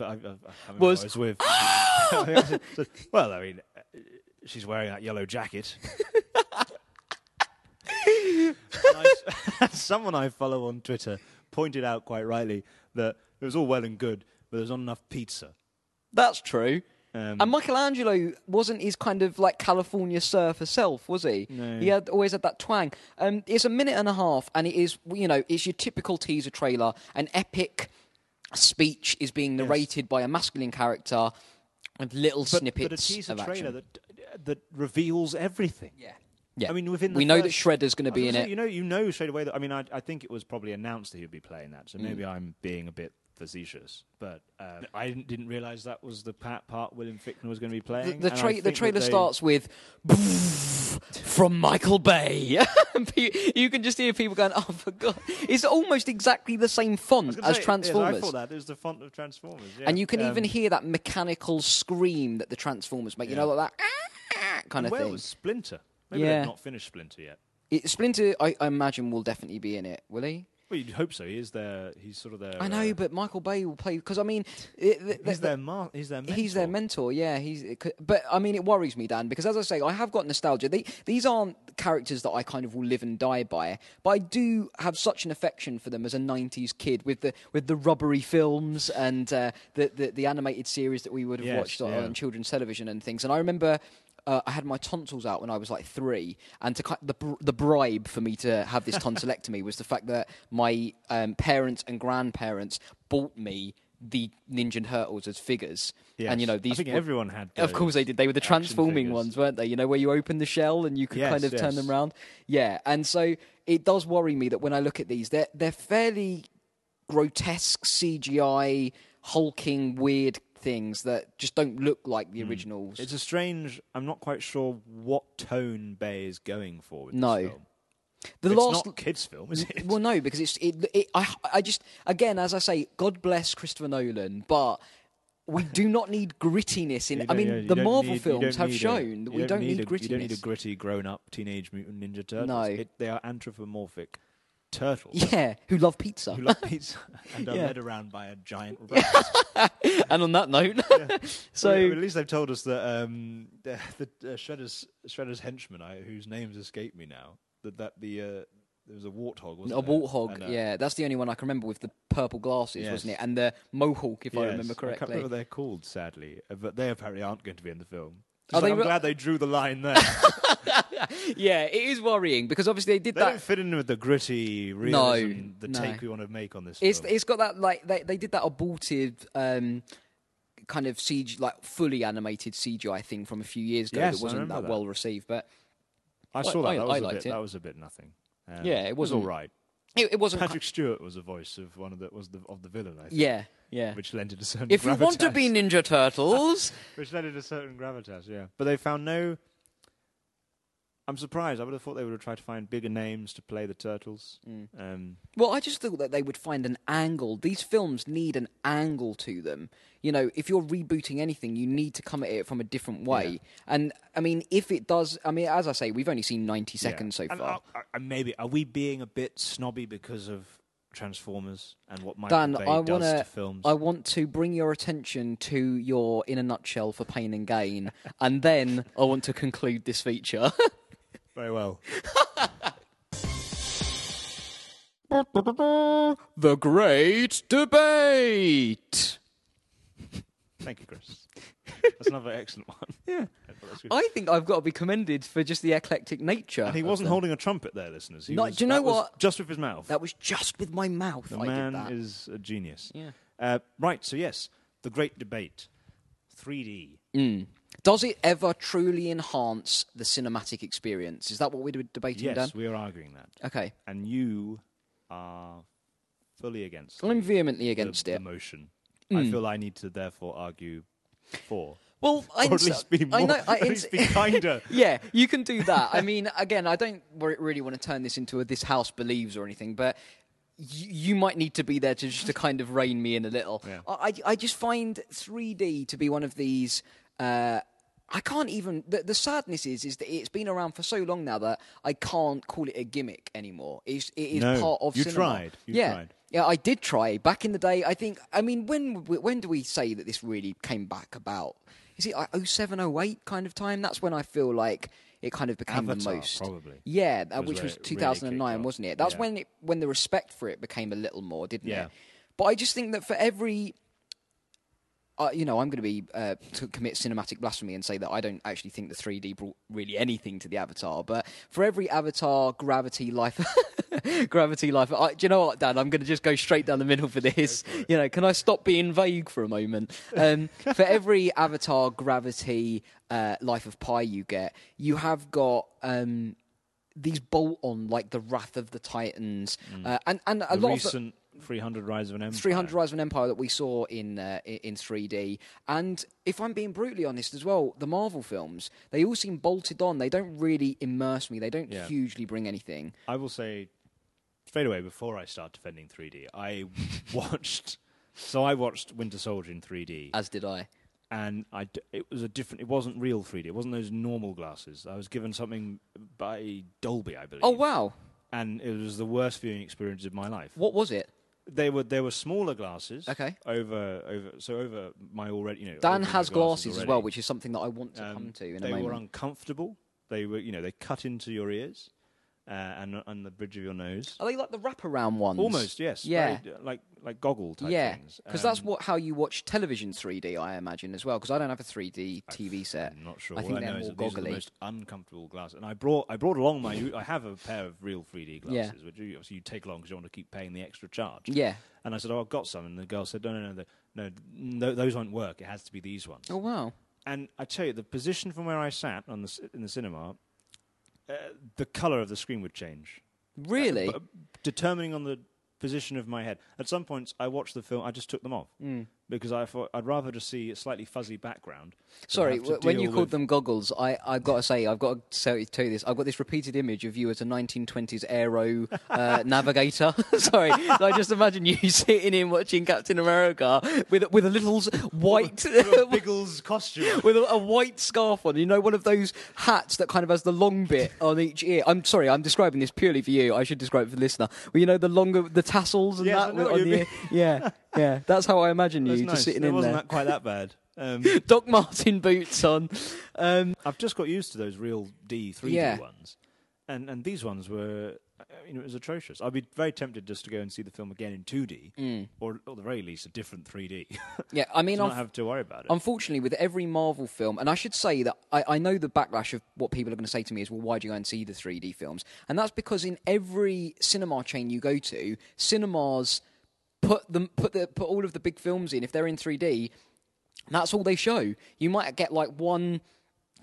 C: I, I, I can't remember who
B: Was,
C: I was with. I think I said- said, well, I mean, uh, she's wearing that yellow jacket. And I s- someone I follow on Twitter pointed out quite rightly that it was all well and good, but there's not enough pizza.
B: That's true.
C: Um,
B: and Michelangelo wasn't his kind of like California surfer self, was he?
C: No.
B: He had always had that twang. Um, it's a minute and a half, and it is you know it's your typical teaser trailer. An epic speech is being narrated by a masculine character with little snippets
C: but a teaser
B: of
C: trailer
B: action.
C: that that reveals everything.
B: yeah, yeah.
C: I mean, within the
B: we know that
C: first-
B: Shredder's going to
C: I was
B: be in
C: gonna
B: it.
C: say, You know, you know straight away that. I mean, I, I think it was probably announced that he'd be
B: Mm.
C: playing that, so maybe I'm being a bit facetious, but um, I didn't, didn't realize that was the part, part William Fickner was going to be
B: The-
C: playing.
B: the,
C: and I
B: tra-
C: think
B: the
C: that
B: trailer
C: they-
B: starts with from Michael Bay. Pe- you can just hear people going, "Oh, for God!" It's almost exactly the same
C: I was
B: font
C: gonna
B: as
C: say, yes,
B: Transformers,
C: I thought that it was the font of Transformers, yeah.
B: and you can
C: Um,
B: even hear that mechanical scream that the Transformers make. You know, like that kind of
C: Where
B: thing.
C: was Splinter? Maybe
B: Yeah.
C: they've not finished Splinter yet.
B: It, Splinter, I, I imagine, will definitely be in it. Will he?
C: Well, you'd hope so. He is their. He's sort of their.
B: I
C: uh,
B: know, but Michael Bay will play because I mean, it, th- th-
C: he's their. Mar- he's their. Mentor.
B: He's their mentor, yeah. He's, it could- but I mean, it worries me, Dan, because as I say, I have got nostalgia. They, these aren't characters that I kind of will live and die by, but I do have such an affection for them as a '90s kid with the with the rubbery films and uh, the, the the animated series that we would have
C: Yes,
B: watched on,
C: yeah.
B: on children's television and things. And I remember. Uh, I had my tonsils out when I was like three, and to, ki- the br- the bribe for me to have this tonsillectomy was the fact that my um, parents and grandparents bought me the Ninja Turtles as figures, and you
C: Yes.
B: know
C: I
B: these.
C: think
B: were-
C: everyone had
B: Of
C: those
B: course they did. They were the
C: action
B: transforming
C: figures.
B: ones, weren't they? You know where you open the shell and you could
C: Yes,
B: kind of turn
C: yes.
B: them round. Yeah, and so it does worry me that when I look at these, they're they're fairly grotesque CGI, hulking, weird things that just don't look like the originals.
C: Hmm. It's a strange. I'm not quite sure what tone Bay is going for with
B: No.
C: this film.
B: the
C: it's
B: last
C: not kids' film, is it?
B: Well, no, because it's it. it I, I just again, as I say, God bless Christopher Nolan, but we do not need grittiness in. it.
C: You
B: I
C: don't-
B: mean,
C: yeah, you
B: the
C: don't
B: Marvel
C: need- you
B: films
C: don't
B: have
C: need a-
B: shown
C: you
B: that we don't need,
C: a, You don't need a
B: grittiness.
C: gritty, grown-up Teenage Mutant Ninja Turtles.
B: No.
C: It- they are anthropomorphic turtles
B: Yeah, who love pizza.
C: who love pizza and are
B: Yeah.
C: led around by a giant rat.
B: and on that note, so
C: Well, at least they've told us that um, the, the uh, Shredder's Shredder's henchman, I, whose names escape me now, that that the uh, there was a warthog, wasn't
B: a
C: there?
B: warthog.
C: And, uh,
B: yeah, that's the only one I can remember with the purple glasses,
C: Yes.
B: wasn't it? And the mohawk, if I
C: yes,
B: remember
C: I can't
B: correctly.
C: remember what they're called, sadly, uh, but they apparently aren't going to be in the film.
B: Are
C: Just like,
B: they
C: I'm
B: re-
C: glad they drew the line there.
B: yeah, it is worrying because obviously they did
C: they
B: that.
C: don't fit in with the gritty realism, the
B: no.
C: take we want to make on this.
B: It's
C: film.
B: it's got that like they they did that aborted um kind of CG like fully animated CGI thing from a few years ago
C: Yes,
B: that
C: I
B: wasn't
C: remember
B: that,
C: that.
B: well received, but
C: I saw that.
B: I-
C: that
B: I
C: was a
B: liked
C: bit,
B: it.
C: That was a bit nothing. Um,
B: Yeah, it wasn't-
C: all right.
B: it, it wasn't.
C: Patrick Stewart was a voice of one of the was the of the villain, I think,
B: yeah, yeah.
C: which lent it a certain.
B: If you want to
C: gravitas.
B: be Ninja Turtles,
C: which led it a certain gravitas. Yeah, but they found no. I'm surprised. I would have thought they would have tried to find bigger names to play the turtles.
B: Mm.
C: Um,
B: Well, I just thought that they would find an angle. These films need an angle to them. You know, if you're rebooting anything, you need to come at it from a different way. And I mean, if it does, I mean, as I say, we've only seen 90
C: yeah.
B: seconds so
C: And
B: far.
C: are- are- maybe are we being a bit snobby because of Transformers and what Michael
B: Dan,
C: Bay
B: I
C: does
B: want
C: to films?
B: I want to bring your attention to your in a nutshell for pain and gain, and then I want to conclude this feature.
C: Very well.
B: the great debate.
C: Thank you, Chris. That's another excellent one. Yeah, that's good.
B: I think I've got to be commended for just the eclectic nature.
C: and he
B: of
C: wasn't
B: them.
C: holding a trumpet there, listeners. He
B: No,
C: was-
B: do you know
C: that was
B: what?
C: Just with his mouth.
B: That was just with my mouth.
C: The
B: I
C: man
B: did that.
C: is a genius.
B: Yeah.
C: Uh, right. So yes, the great debate, 3D.
B: Does it ever truly enhance the cinematic experience? Is that what we're debating,
C: Yes,
B: Dan?
C: we are arguing that,
B: Okay.
C: and you are fully against
B: Well, I'm vehemently
C: the,
B: against
C: the
B: it. Hmm.
C: motion. I feel I need to therefore argue for,
B: Well, I
C: or at least be more,
B: I know, I
C: at least be kinder.
B: yeah, you can do that. I mean, again, I don't wor- really want to turn this into a this house believes or anything, but y- you might need to be there to just to kind of rein me in a little.
C: Yeah.
B: I, I I just find 3D to be one of these. Uh, I can't even. The, the sadness is, is that it's been around for so long now that I can't call it a gimmick anymore. It's, it is
C: No,
B: part of.
C: you
B: cinema.
C: tried. You
B: yeah,
C: tried.
B: yeah, I did try back in the day. I think. I mean, when w- when do we say that this really came back about? Is it like 07, 08 kind of time? That's when I feel like it kind of became
C: Avatar,
B: the most.
C: probably.
B: Yeah, uh,
C: Was
B: which
C: where
B: was
C: it really
B: 2009,
C: kicked off.
B: wasn't it? That's
C: Yeah.
B: when it, when the respect for it became a little more, didn't
C: Yeah.
B: it? But I just think that for every uh, you know, I'm going to be uh, to commit cinematic blasphemy and say that I don't actually think the 3D brought really anything to the Avatar. But for every Avatar, Gravity, Life, Gravity, Life. I, do you know what, Dan? I'm going to just go straight down the middle for this. You know, can I stop being vague for a moment? Um, for every Avatar, Gravity, uh, Life of Pi you get, you have got. Um, these bolt on like the Wrath of the Titans, uh, and and a
C: Mm. The
B: lot of the-
C: recent 300 Rise of an Empire.
B: 300 Rise of an Empire that we saw in uh, i- in 3D. And if I'm being brutally honest as well, the Marvel films, they all seem bolted on. They don't really immerse me. They don't
C: Yeah.
B: hugely bring anything.
C: I will say straight away before I start defending 3D, I watched. So I watched Winter Soldier in 3D.
B: As did I.
C: and I d- it was a different. It wasn't real 3D. It wasn't those normal glasses. I was given something by Dolby, I believe.
B: Oh wow,
C: And it was the worst viewing experience of my life.
B: what was it?
C: They were they were smaller glasses.
B: Okay.
C: Over over so over my already you know.
B: Dan
C: over my
B: has glasses, as
C: already.
B: well, which is something that I want to
C: Um,
B: come to in
C: they
B: a moment.
C: were uncomfortable. They were you know they cut into your ears, uh, and and the bridge of your nose.
B: Are they like the wraparound ones?
C: Almost yes.
B: Oh, Yeah.
C: Very, uh, like like goggle type
B: yeah,
C: things.
B: because
C: Um,
B: that's what how you watch television 3D, I imagine as well. Because I don't have a 3D TV set.
C: I'm not sure.
B: I
C: All
B: think
C: I
B: they're
C: know is
B: more
C: that these are the
B: goggly.
C: most uncomfortable glasses. And I brought I brought along my I have a pair of real 3D
B: Yeah.
C: glasses, which you, obviously you take along because you want to keep paying the extra charge.
B: Yeah.
C: And I said, oh, I've got some, and the girl said, no, no, no, the- no, no, those won't work. It has to be these ones.
B: Oh wow.
C: And I tell you, the position from where I sat on the c- in the cinema, uh, the color of the screen would change
B: Really? Hmm.
C: but determining on the position of my head. At some points, I watched the film. I just took them off because I thought I'd rather just see a slightly fuzzy background. than
B: Sorry,
C: have to
B: w- when you
C: deal
B: called
C: with-
B: them goggles, I, I've got to say, I've got to tell you, tell you this. I've got this repeated image of you as a 1920s aero uh, navigator. Sorry, I just imagine you sitting in watching Captain America with with a little s- white.
C: Little Biggles costume.
B: With a, a white scarf on, you know, one of those hats that kind of has the long bit on each ear. I'm sorry, I'm describing this purely for you. I should describe it for the listener. Well, you know, the longer the tassels and
C: Yes, I
B: that
C: know
B: with-
C: what
B: on
C: you
B: the
C: mean.
B: ear. Yeah, yeah. That's how I imagine you
C: That's
B: just
C: nice.
B: sitting
C: it
B: in
C: wasn't
B: there.
C: that quite that bad. Um,
B: Doc Martin boots on. Um,
C: I've just got used to those real D three
B: Yeah.
C: D ones, and and these ones were, uh, you know, it was atrocious. I'd be very tempted just to go and see the film again in two D,
B: Hmm.
C: or or at the very least a different three D.
B: Yeah, I mean,
C: not
B: unf-
C: have to worry about it.
B: unfortunately, with every Marvel film, and I should say that I, I know the backlash of what people are going to say to me is, well, why do you go and see the 3D films? And that's because in every cinema chain you go to, cinemas put them put the put all of the big films in if they're in 3D. That's all they show. You might get like one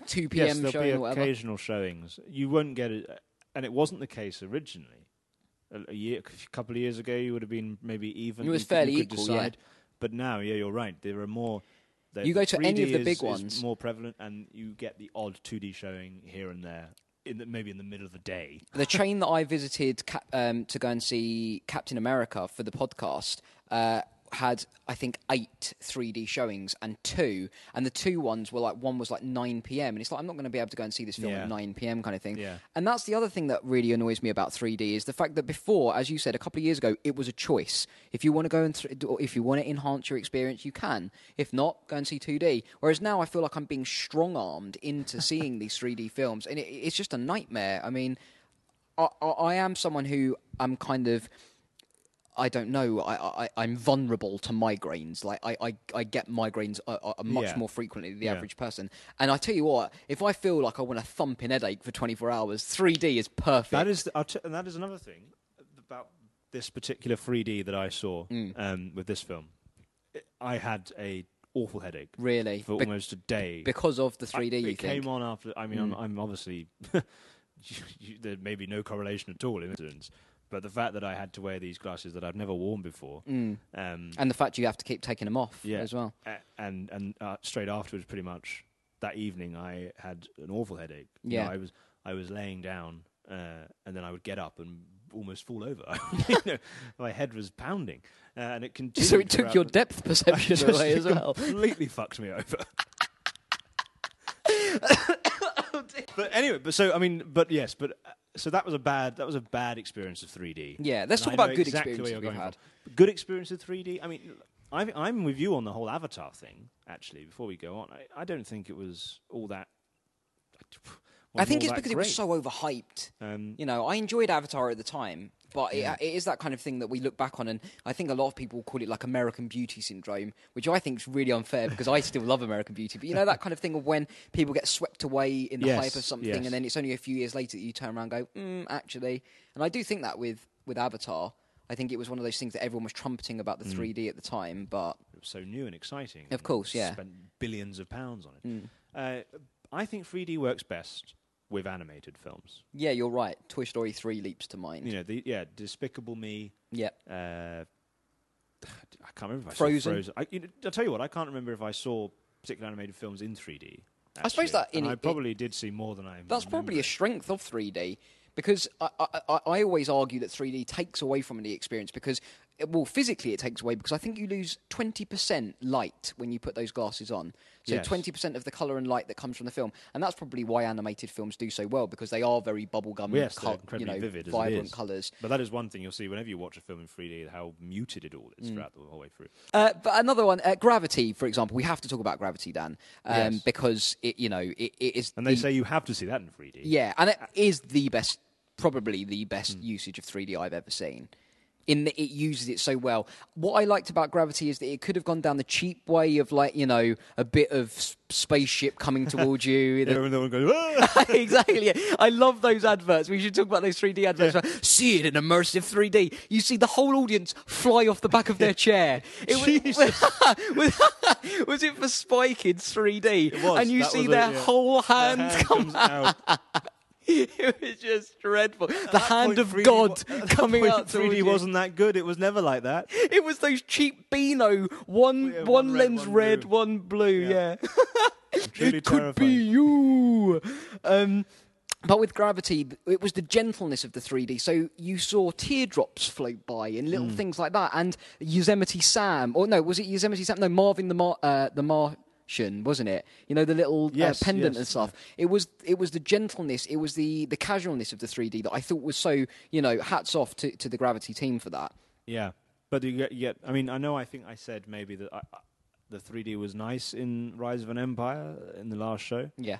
B: 2
C: yes,
B: p.m.
C: there'll
B: showing
C: be
B: or whatever.
C: occasional showings. You won't get it, uh, and it wasn't the case originally. A, a year, a couple of years ago, you would have been maybe even.
B: It was
C: you could-
B: fairly
C: you could
B: equal, yeah.
C: decide. But now, yeah, you're right. There are more. The,
B: You
C: the
B: go to any of
C: 3D
B: the
C: is-
B: big
C: is
B: ones.
C: more prevalent, and you get the odd 2D showing here and there, in the, maybe in the middle of the day.
B: the train that I visited cap, um, to go and see Captain America for the podcast uh, had, I think, eight 3D showings and two, and the two ones were like one was like 9 p.m. and it's like I'm not going to be able to go and see this film
C: Yeah.
B: at 9 p.m. kind of thing.
C: Yeah.
B: And that's the other thing that really annoys me about 3D is the fact that before, as you said, a couple of years ago, it was a choice. If you want to go and th- or if you want to enhance your experience, you can. If not, go and see 2D. Whereas now, I feel like I'm being strong armed into seeing these 3D films, and it, it's just a nightmare. I mean, I, I, I am someone who I'm kind of. I don't know. I, I I'm vulnerable to migraines. Like I I, I get migraines uh, uh, much
C: Yeah.
B: more frequently than the
C: Yeah.
B: average person. And I tell you what, if I feel like I want a thumping headache for 24 hours, 3D is perfect.
C: That is, the, I'll t- and that is another thing about this particular 3D that I saw
B: Mm.
C: um, with this film. I had a awful headache
B: really
C: for
B: Be-
C: almost a day
B: because of the 3D. you
C: I- it
B: think? Hmm.
C: came on after. I mean, I'm, I'm obviously you, you, there may be no correlation at all in incidents, but the fact that I had to wear these glasses that I've never worn before,
B: Hmm.
C: um,
B: and the fact you have to keep taking them off
C: yeah,
B: as well.
C: a- and and uh, straight afterwards, pretty much that evening, I had an awful headache. You
B: Yeah.
C: know, I was I was laying down, uh, and then I would get up and almost fall over. you know, my head was pounding, uh, and it continued.
B: So it took
C: throughout
B: your
C: the-
B: depth perception
C: just
B: away as well.
C: Completely fucked me over. but anyway, but so I mean, but yes, but uh, so that was a bad that was a bad experience of 3D.
B: Yeah, let's talk
C: And I
B: about
C: know
B: good
C: exactly where
B: experiences
C: you're
B: we've
C: going
B: had.
C: from. Good experience of 3D. I mean, I'm I'm with you on the whole Avatar thing. Actually, before we go on, I, I don't think it was all that.
B: I think
C: all
B: it's
C: that
B: because it was
C: great.
B: so overhyped.
C: Um,
B: you know, I enjoyed Avatar at the time, but it, it is that kind of thing that we look back on, and I think a lot of people call it like American Beauty syndrome, which I think is really unfair because I still love American Beauty. But you know that kind of thing of when people get swept away in the
C: Yes,
B: hype of something,
C: yes.
B: and then it's only a few years later that you turn around and go, mm, actually. And I do think that with with Avatar, I think it was one of those things that everyone was trumpeting about the
C: Mm.
B: 3D at the time, but
C: it was so new and exciting.
B: Of course, yeah. Mm.
C: Spent billions of pounds on it. Uh, I think 3D works best with animated films.
B: yeah, you're right. Toy Story three leaps to mind.
C: You know, the, yeah, Despicable Me.
B: Yeah.
C: Uh, I can't remember if I
B: Frozen.
C: saw Frozen. I, you know, I'll tell you what, I can't remember if I saw particular animated films in 3D.
B: I suppose
C: actually.
B: that in
C: and I
B: it-
C: probably did see more than I.
B: That's
C: remember.
B: probably a strength of 3D because I, I, I- I always argue that 3D takes away from the experience because, it- well, physically it takes away because I think you lose 20% light when you put those glasses on. So
C: Yes.
B: 20% of the colour and light that comes from the film. And that's probably why animated films do so well because they are very bubblegum,
C: Yes,
B: col-
C: they're
B: you
C: incredibly
B: know,
C: vivid, as it
B: vibrant
C: is.
B: colours.
C: But that is one thing you'll see whenever you watch a film in 3D, how muted it all is
B: Mm.
C: throughout the whole way through.
B: Uh, but another one, uh, Gravity, for example. We have to talk about Gravity, Dan, um,
C: Yes.
B: because, it, you know, it, it is...
C: And they
B: the-
C: say you have to see that in 3D.
B: Yeah, and it
C: Uh,
B: is the best, probably the best
C: Hmm.
B: usage of 3D I've ever seen. In that it uses it so well. What I liked about Gravity is that it could have gone down the cheap way of like you know a bit of s- spaceship coming towards you. The-
C: Everyone goes, "Ah!"
B: exactly. yeah. I love those adverts. We should talk about those 3D adverts. See it in immersive 3D. You see the whole audience fly off the back of their chair. It was, was, was it for Spy Kids 3D?
C: was.
B: And you
C: That
B: see
C: was it,
B: their
C: yeah.
B: whole hand
C: Hand
B: come
C: comes out.
B: it was just dreadful. The hand
C: point,
B: of
C: 3D wa-
B: God coming out. towards
C: 3D
B: you.
C: wasn't that good. It was never like that.
B: It was those cheap Beano one
C: Yeah,
B: one,
C: one red,
B: lens
C: one
B: red,
C: blue.
B: one blue.
C: Yeah.
B: Yeah,
C: Truly
B: it could be
C: terrifying.
B: you. Um, but with gravity, th- it was the gentleness of the 3D. So you saw teardrops float by and little things like that. And Yosemite Sam, or no, was it Yosemite Sam? No, Marvin the Mar- uh, the Martian, wasn't it? You know the little
C: Yes,
B: uh, pendant
C: yes,
B: and stuff. It was it was the gentleness, it was the the casualness of the 3D that I thought was so you know hats off to, to the Gravity team for that.
C: Yeah, but you get, you get. I mean, I know. I think I said maybe that I, I, the 3D was nice in Rise of an Empire in the last show,
B: Yeah.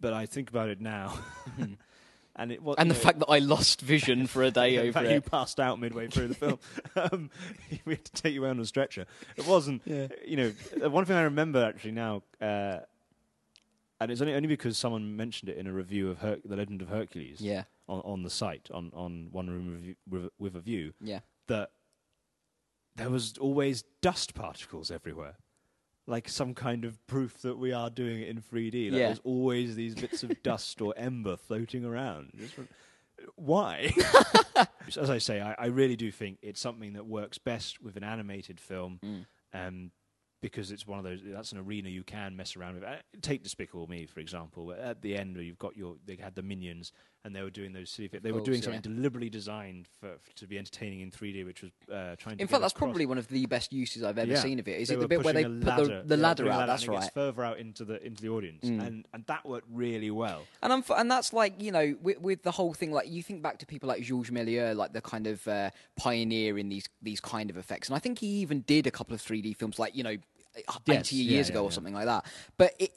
C: but I think about it now, and it was.
B: Mm-hmm. And
C: you
B: the
C: know,
B: fact that I lost vision for a day
C: in
B: over
C: fact you
B: it.
C: passed out midway through the film. um, we had to take you around on a stretcher. It wasn't. You know, uh, one thing I remember actually now. Uh, and it's only only because someone mentioned it in a review of Her- the Legend of Hercules
B: Yeah,
C: on, on the site on, on One Room Review, with, with a View.
B: yeah.
C: that there was always dust particles everywhere. Like some kind of proof that we are doing it in 3D. Like
B: Yeah.
C: There's always these bits of dust or ember floating around. Just from- why? As I say, I, I really do think it's something that works best with an animated film
B: Mm.
C: um, because it's one of those. That's an arena you can mess around with. Uh, Take Despicable Me for example. where At the end, where you've got your, they had the minions, and they were doing those silly. They were
B: Oh,
C: doing
B: so
C: something deliberately designed for, f to be entertaining in 3D, which was uh, trying. to
B: In
C: get
B: fact, that's
C: across-
B: probably one of the best uses I've ever
C: Yeah.
B: seen of it. Is
C: They
B: it
C: were
B: the bit where they
C: pushing
B: put
C: a ladder.
B: the, the
C: They were
B: ladder
C: putting a
B: out? That's
C: and it
B: right. Mm.
C: gets further out into the into the audience, and and that worked really well.
B: And I'm, f- and that's like you know with, with the whole thing. Like you think back to people like Georges Méliès, like the kind of uh, pioneer in these these kind of effects. And I think he even did a couple of 3D films, like you know,
C: Yes,
B: 80 years
C: yeah,
B: ago
C: yeah,
B: or
C: yeah.
B: something like that. But it.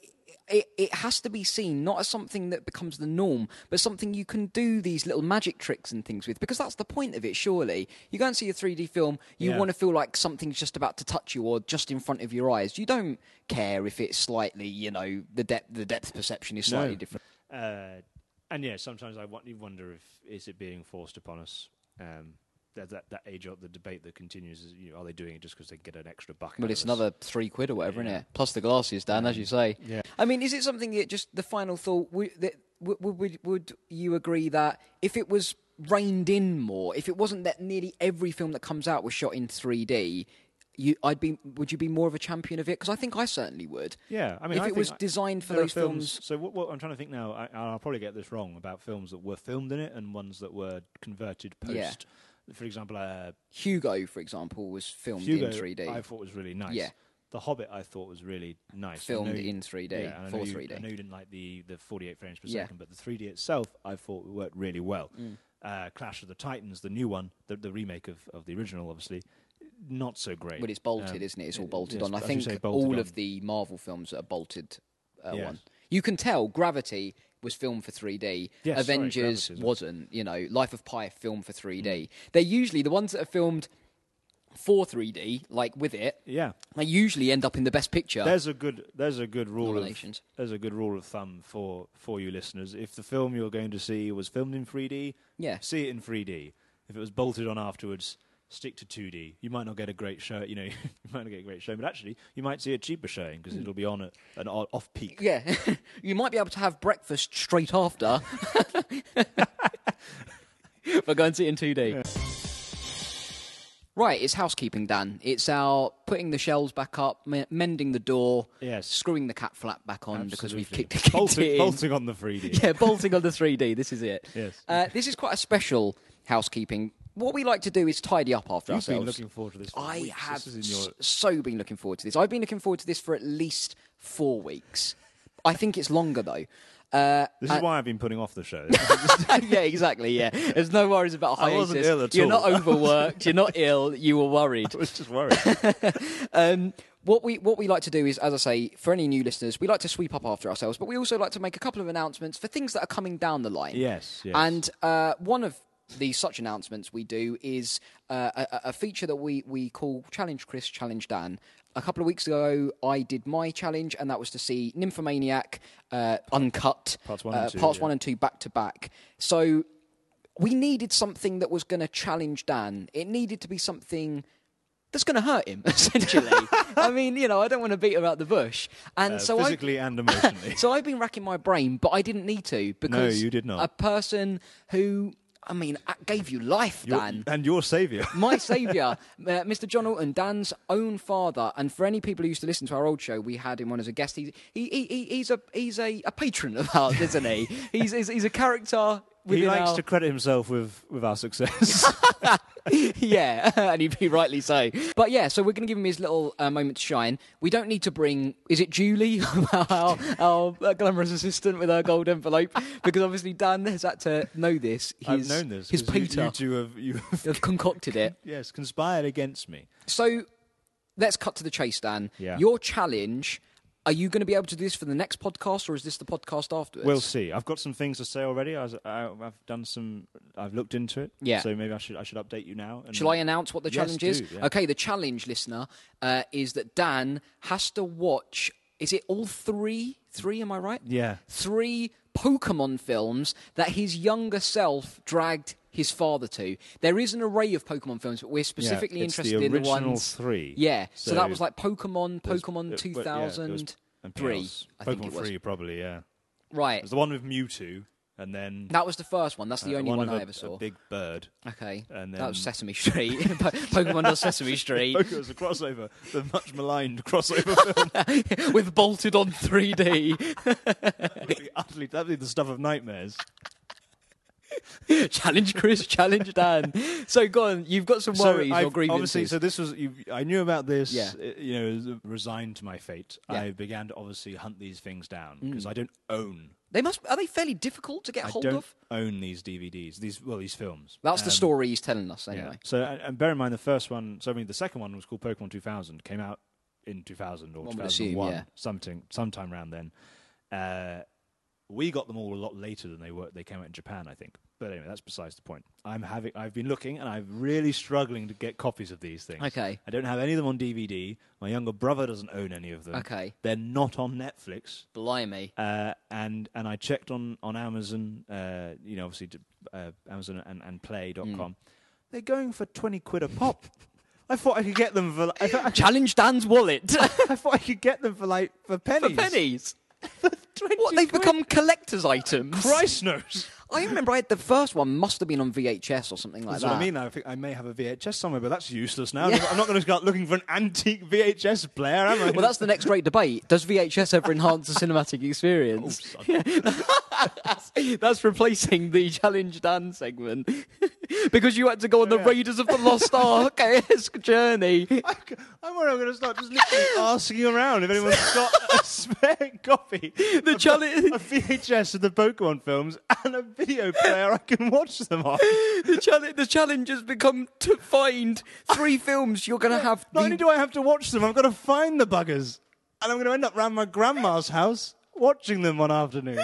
B: It, it has to be seen not as something that becomes the norm, but something you can do these little magic tricks and things with, because that's the point of it, surely. You go and see a 3D film, you
C: Yeah.
B: want to feel like something's just about to touch you or just in front of your eyes. You don't care if it's slightly, you know, the depth the depth perception is slightly
C: No.
B: different.
C: Uh, and yeah, sometimes I want, wonder if is it being forced upon us. Um, that that, that age old the debate that continues is you know, are they doing it just because they get an extra bucket?
B: Well,
C: out
B: it's
C: of us?
B: another three quid or whatever,
C: Yeah.
B: isn't it? Plus the glasses, Dan, as you say.
C: Yeah.
B: I mean, is it something that just the final thought? Would, that, would, would, would you agree that if it was reined in more, if it wasn't that nearly every film that comes out was shot in 3D, you, I'd be. Would you be more of a champion of it? Because I think I certainly would.
C: Yeah, I mean,
B: if
C: I
B: it
C: think
B: was
C: I-
B: designed for
C: there are
B: those films,
C: So what, what I'm trying to think now, I, and I'll probably get this wrong about films that were filmed in it and ones that were converted post.
B: Yeah.
C: For example, uh,
B: Hugo, for example, was filmed
C: Hugo,
B: in 3D.
C: I thought was really nice.
B: Yeah.
C: The Hobbit, I thought was really nice. I
B: Filmed
C: know you-
B: in 3D,
C: yeah, and I know
B: for
C: you-
B: 3D.
C: I know you didn't like the, the 48 frames per
B: Yeah. Mm.
C: second, but the 3D itself, I thought worked really well. Uh, Clash of the Titans, the new one, the, the remake of, of the original, obviously, not so great.
B: but it's bolted,
C: Um,
B: isn't it? It's all
C: it-
B: bolted
C: yes,
B: on. I
C: as you
B: think
C: say, bolted
B: all
C: on.
B: of the Marvel films are bolted uh,
C: Yeah.
B: one. You can tell Gravity was filmed for 3D.
C: Yes, sorry,
B: Avengers
C: Gravity was- Mm.
B: wasn't. You know, Life of Pi filmed for 3D. They're usually the ones that are filmed for 3D, like with it.
C: Yeah.
B: They usually end up in the best picture.
C: There's a good there's a good rule of,
B: Nominations.
C: there's a good rule of thumb for for you listeners. If the film you're going to see was filmed in 3D,
B: Yeah.
C: see it in 3D. If it was bolted on afterwards, stick to 2D. You might not get a great show, you know, you might not get a great show, but actually you might see a cheaper showing because it'll be on at an o- off peak.
B: Hmm. yeah, you might be able to have breakfast straight after. but go and see it in 2D. Right, it's housekeeping, Dan. It's our putting the shelves back up, me- mending the door,
C: Yes.
B: screwing the cat flap back on because we've
C: Absolutely.
B: kicked, kicked
C: bolting,
B: it in.
C: bolting on the 3D.
B: Yeah, bolting on the 3D. This is it.
C: Yes.
B: Uh, this is quite a special housekeeping. What we like to do is tidy up after
C: You've
B: ourselves.
C: been looking forward to this. For
B: I
C: weeks.
B: have
C: This is in your
B: s- so been looking forward to this. I've been looking forward to this for at least four weeks. I think it's longer though. Uh,
C: This is
B: uh,
C: why I've been putting off the show.
B: yeah, exactly. Yeah, there's no worries about hiatus.
C: I wasn't ill at
B: You're
C: all.
B: not overworked. You're not ill. You were worried.
C: I was just worried.
B: Um, what we what we like to do is, as I say, for any new listeners, we like to sweep up after ourselves, but we also like to make a couple of announcements for things that are coming down the line.
C: Yes, yes.
B: And uh, one of the such announcements we do is uh, a, a- a feature that we we call Challenge Chris, Challenge Dan. A couple of weeks ago, I did my challenge, and that was to see Nymphomaniac uh, uncut
C: Parts one and
B: uh,
C: two,
B: parts
C: yeah.
B: one and two back to back. So we needed something that was going to challenge Dan. It needed to be something that's going to hurt him, essentially. I mean, you know, I don't want to beat about the bush. And
C: Uh,
B: so I.
C: physically and emotionally.
B: So I've been racking my brain, but I didn't need to because
C: you did not.
B: A person who, I mean, a- gave you life,
C: Your-
B: Dan.
C: and your saviour.
B: My saviour, uh, Mr. John Alton, Dan's own father, and for any people who used to listen to our old show, we had him on as a guest. He's he, he, he, he's a he's a, a patron of ours, isn't he? He's he's, he's a character.
C: He
B: within
C: likes
B: our-
C: to credit himself with, with our success.
B: yeah, and he'd be rightly so. But yeah, so we're going to give him his little uh, moment to shine. We don't need to bring, is it Julie, our, our uh, glamorous assistant with her gold envelope? Because obviously Dan has had to know this. His,
C: I've known this.
B: His
C: 'cause you-
B: Peter
C: You, two have, you have
B: have concocted it.
C: yes, conspired against me.
B: So let's cut to the chase, Dan.
C: Yeah.
B: Your challenge. Are you going to be able to do this for the next podcast, or is this the podcast afterwards?
C: We'll see. I've got some things to say already. I was, I, I've done some. I've looked into it.
B: Yeah.
C: So maybe I should I should update you now. and-
B: Shall I announce what the
C: Yes,
B: challenge is?
C: do, yeah.
B: Okay, the challenge, listener, uh, is that Dan has to watch. Is it all three? Three, am I right?
C: Yeah.
B: Three Pokemon films that his younger self dragged his father to. There is an array of Pokemon films, but we're specifically
C: it's the
B: interested in the
C: original
B: ones.
C: three.
B: Yeah. So,
C: So
B: that was like Pokemon,
C: There's-
B: Pokemon
C: uh,
B: two
C: well, yeah, it was-
B: thousand three.
C: and PLs.
B: I think
C: Pokemon
B: it was.
C: Three, probably. Yeah. It
B: Right.
C: was the one with Mewtwo, and then
B: That was the first one. That's the
C: uh,
B: only one,
C: of
B: I
C: a-
B: ever saw.
C: A big bird.
B: okay.
C: and
B: that was
C: then-
B: Sesame Street. Po- Pokemon does Sesame Street.
C: It was a crossover, the much maligned crossover film.
B: with bolted on 3D
C: That'd be utterly, that'd be the stuff of nightmares.
B: challenge, Chris. Challenge Dan. So go on. You've got some worries
C: I've-
B: or grievances.
C: Obviously, so this was you, I knew about this.
B: Yeah.
C: uh, You know, resigned to my fate.
B: Yeah.
C: I began to obviously hunt these things down because I don't own.
B: they must. Are they fairly difficult to get
C: I
B: hold
C: don't
B: of?
C: own these DVDs. These well, these films.
B: That's the
C: Um,
B: story he's telling us
C: yeah.
B: anyway.
C: So and, and bear in mind the first one. So I mean the second one was called Pokemon 2000. Came out in 2000 or
B: One would assume,
C: 2001.
B: yeah.
C: Something sometime around then. Uh, we got them all a lot later than they were. They came out in Japan, I think. But anyway, that's besides the point. I'm having. I've been looking, and I'm really struggling to get copies of these things.
B: Okay.
C: I don't have any of them on DVD. My younger brother doesn't own any of them.
B: Okay.
C: They're not on Netflix.
B: Blimey.
C: Uh, and and I checked on on Amazon. Uh, you know, obviously d- uh, Amazon and, and Play.com.
B: Hmm.
C: They're going for twenty quid a pop. I thought I could get them for. Like, I, thought I,
B: Challenge Dan's wallet
C: I thought I could get them for like for
B: for
C: pennies.
B: pennies. What
C: 20
B: they've
C: quid.
B: become collector's items.
C: Christ knows.
B: I remember I had the first one. Must have been on VHS or something like
C: That's
B: that.
C: what I mean. I think I may have a VHS somewhere, but that's useless now. I'm not going to start looking for an antique VHS player, am I?
B: Well, that's the next great debate. Does VHS ever enhance the cinematic
C: Oh,
B: experience? that's, that's replacing the Challenge Dan segment because you had to go on the
C: Yeah.
B: Raiders of the Lost Ark esque journey.
C: I, am worried I'm going to start just literally asking around if anyone's got a spare copy.
B: The
C: A
B: challenge,
C: VHS of the Pokemon films and a video player I can watch them on.
B: the challenge, the challenge has become to find three films you're going to have.
C: Not
B: the-
C: only do I have to watch them, I've got to find the buggers. And I'm going to end up round my grandma's house watching them one afternoon.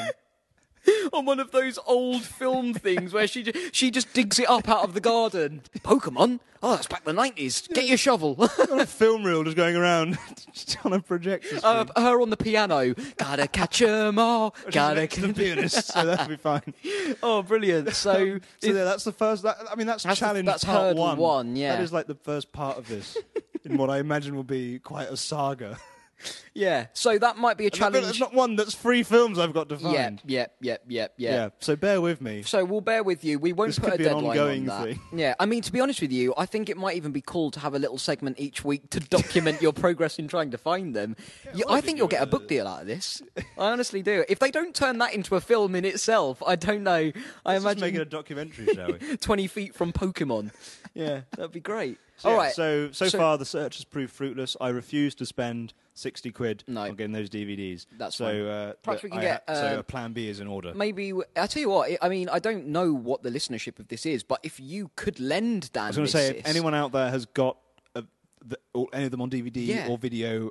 B: on one of those old film things where she ju- she just digs it up out of the garden. Pokemon. Oh, that's back the nineties. Get your shovel.
C: Got a film reel just going around just on a projector screen.
B: Uh, her on the piano. Gotta catch 'em all. Gotta
C: Next to the
B: catch
C: pianist, so that'll be fine.
B: Oh, brilliant. So,
C: So yeah, that's the first. That, I mean, that's,
B: That's the-
C: challenge
B: that's
C: part
B: hurdle
C: one.
B: one, yeah.
C: that is like the first part of this, in what I imagine will be quite a saga.
B: yeah. So that might be a
C: And I feel
B: challenge.
C: It's not one that's three films I've got to find.
B: Yeah, yeah, yeah, yeah, yeah.
C: Yeah, So bear with me.
B: So we'll bear with you. We won't
C: This
B: put
C: could
B: a
C: be an
B: deadline
C: ongoing
B: on that.
C: thing.
B: Yeah, I mean to be honest with you, I think it might even be cool to have a little segment each week to document your progress in trying to find them. You- I think you'll get a book deal out of this. I honestly do. If they don't turn that into a film in itself, I don't know. I
C: Let's just make it
B: imagine
C: a documentary, shall we?
B: 20 feet from Pokemon.
C: yeah.
B: That'd be great.
C: So,
B: All
C: yeah,
B: right.
C: So so
B: So-
C: far the search has proved fruitless. I refuse to spend sixty quid
B: No.
C: on getting those DVDs.
B: That's
C: so.
B: fine.
C: Uh,
B: Perhaps
C: but
B: we can
C: I
B: get,
C: ha- so
B: uh,
C: a plan B is in order.
B: Maybe w- I tell you what. I- I mean, I don't know what the listenership of this is, but if you could lend Dan,
C: I was going to say, if anyone out there has got a, the, or any of them on DVD
B: Yeah.
C: or video,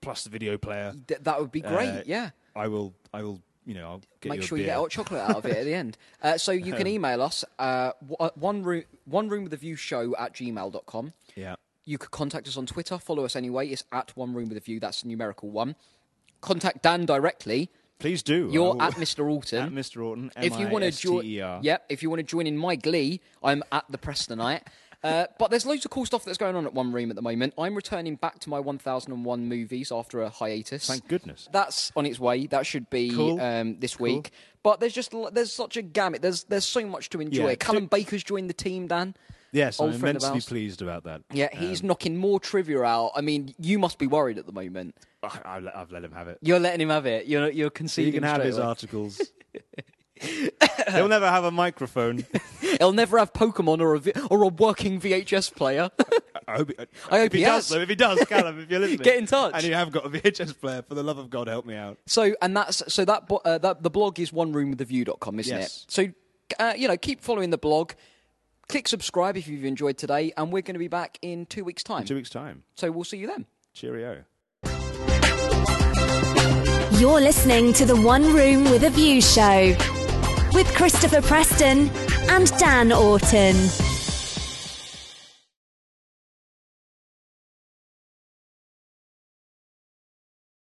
C: plus the video player,
B: th- that would be great.
C: Uh,
B: yeah,
C: I will. I will. You know, I'll get
B: make
C: you a
B: sure
C: beer.
B: you
C: Um.
B: get hot chocolate out of it at the end. Uh, so you can email us uh, w- uh, one room one room with a view show at gmail.com.
C: Yeah.
B: You could contact us on Twitter. Follow us anyway. It's at one room with a view. That's the numerical one. Contact Dan directly.
C: Please do. I
B: You're
C: will-
B: at Mr. Alton.
C: At Mr. Orton.
B: if you want to join,
C: M I S T E R.
B: yeah, if you want to join in my glee, I'm at the Prestonite. Uh, but there's loads of cool stuff that's going on at One Room at the moment. I'm returning back to my 1001 movies after a hiatus.
C: Thank goodness.
B: That's on its way. That should be
C: Cool.
B: um, this week. But there's just l- there's such a gamut. There's there's so much to enjoy.
C: Yeah,
B: Callum
C: to-
B: Baker's joined the team, Dan.
C: Yes,
B: Old
C: I'm
B: friend of
C: immensely
B: ours.
C: pleased about that.
B: Yeah, he's knocking more trivia out. I mean, you must be worried at the moment.
C: I, I let- I've let him have it.
B: You're letting him have it. You're you're conceding.
C: He can have
B: straight
C: his
B: away.
C: articles. He'll never have a microphone.
B: He'll never have Pokemon or a vi- or a working VHS player.
C: I hope he, uh,
B: I hope
C: if he,
B: he
C: does.
B: has.
C: Though, if he does, Callum, if you're listening,
B: Get in touch.
C: And you have got a VHS player, for the love of God, help me out.
B: So and that's so that bo- uh, that the blog is one room with the view.com, isn't
C: Yes.
B: it? So uh, you know, keep following the blog. Click subscribe if you've enjoyed today, and we're going to be back in two weeks' time.
C: Two weeks' time.
B: So we'll see you then.
C: Cheerio.
A: You're listening to the One Room with a View show with Christopher Preston and Dan Orton.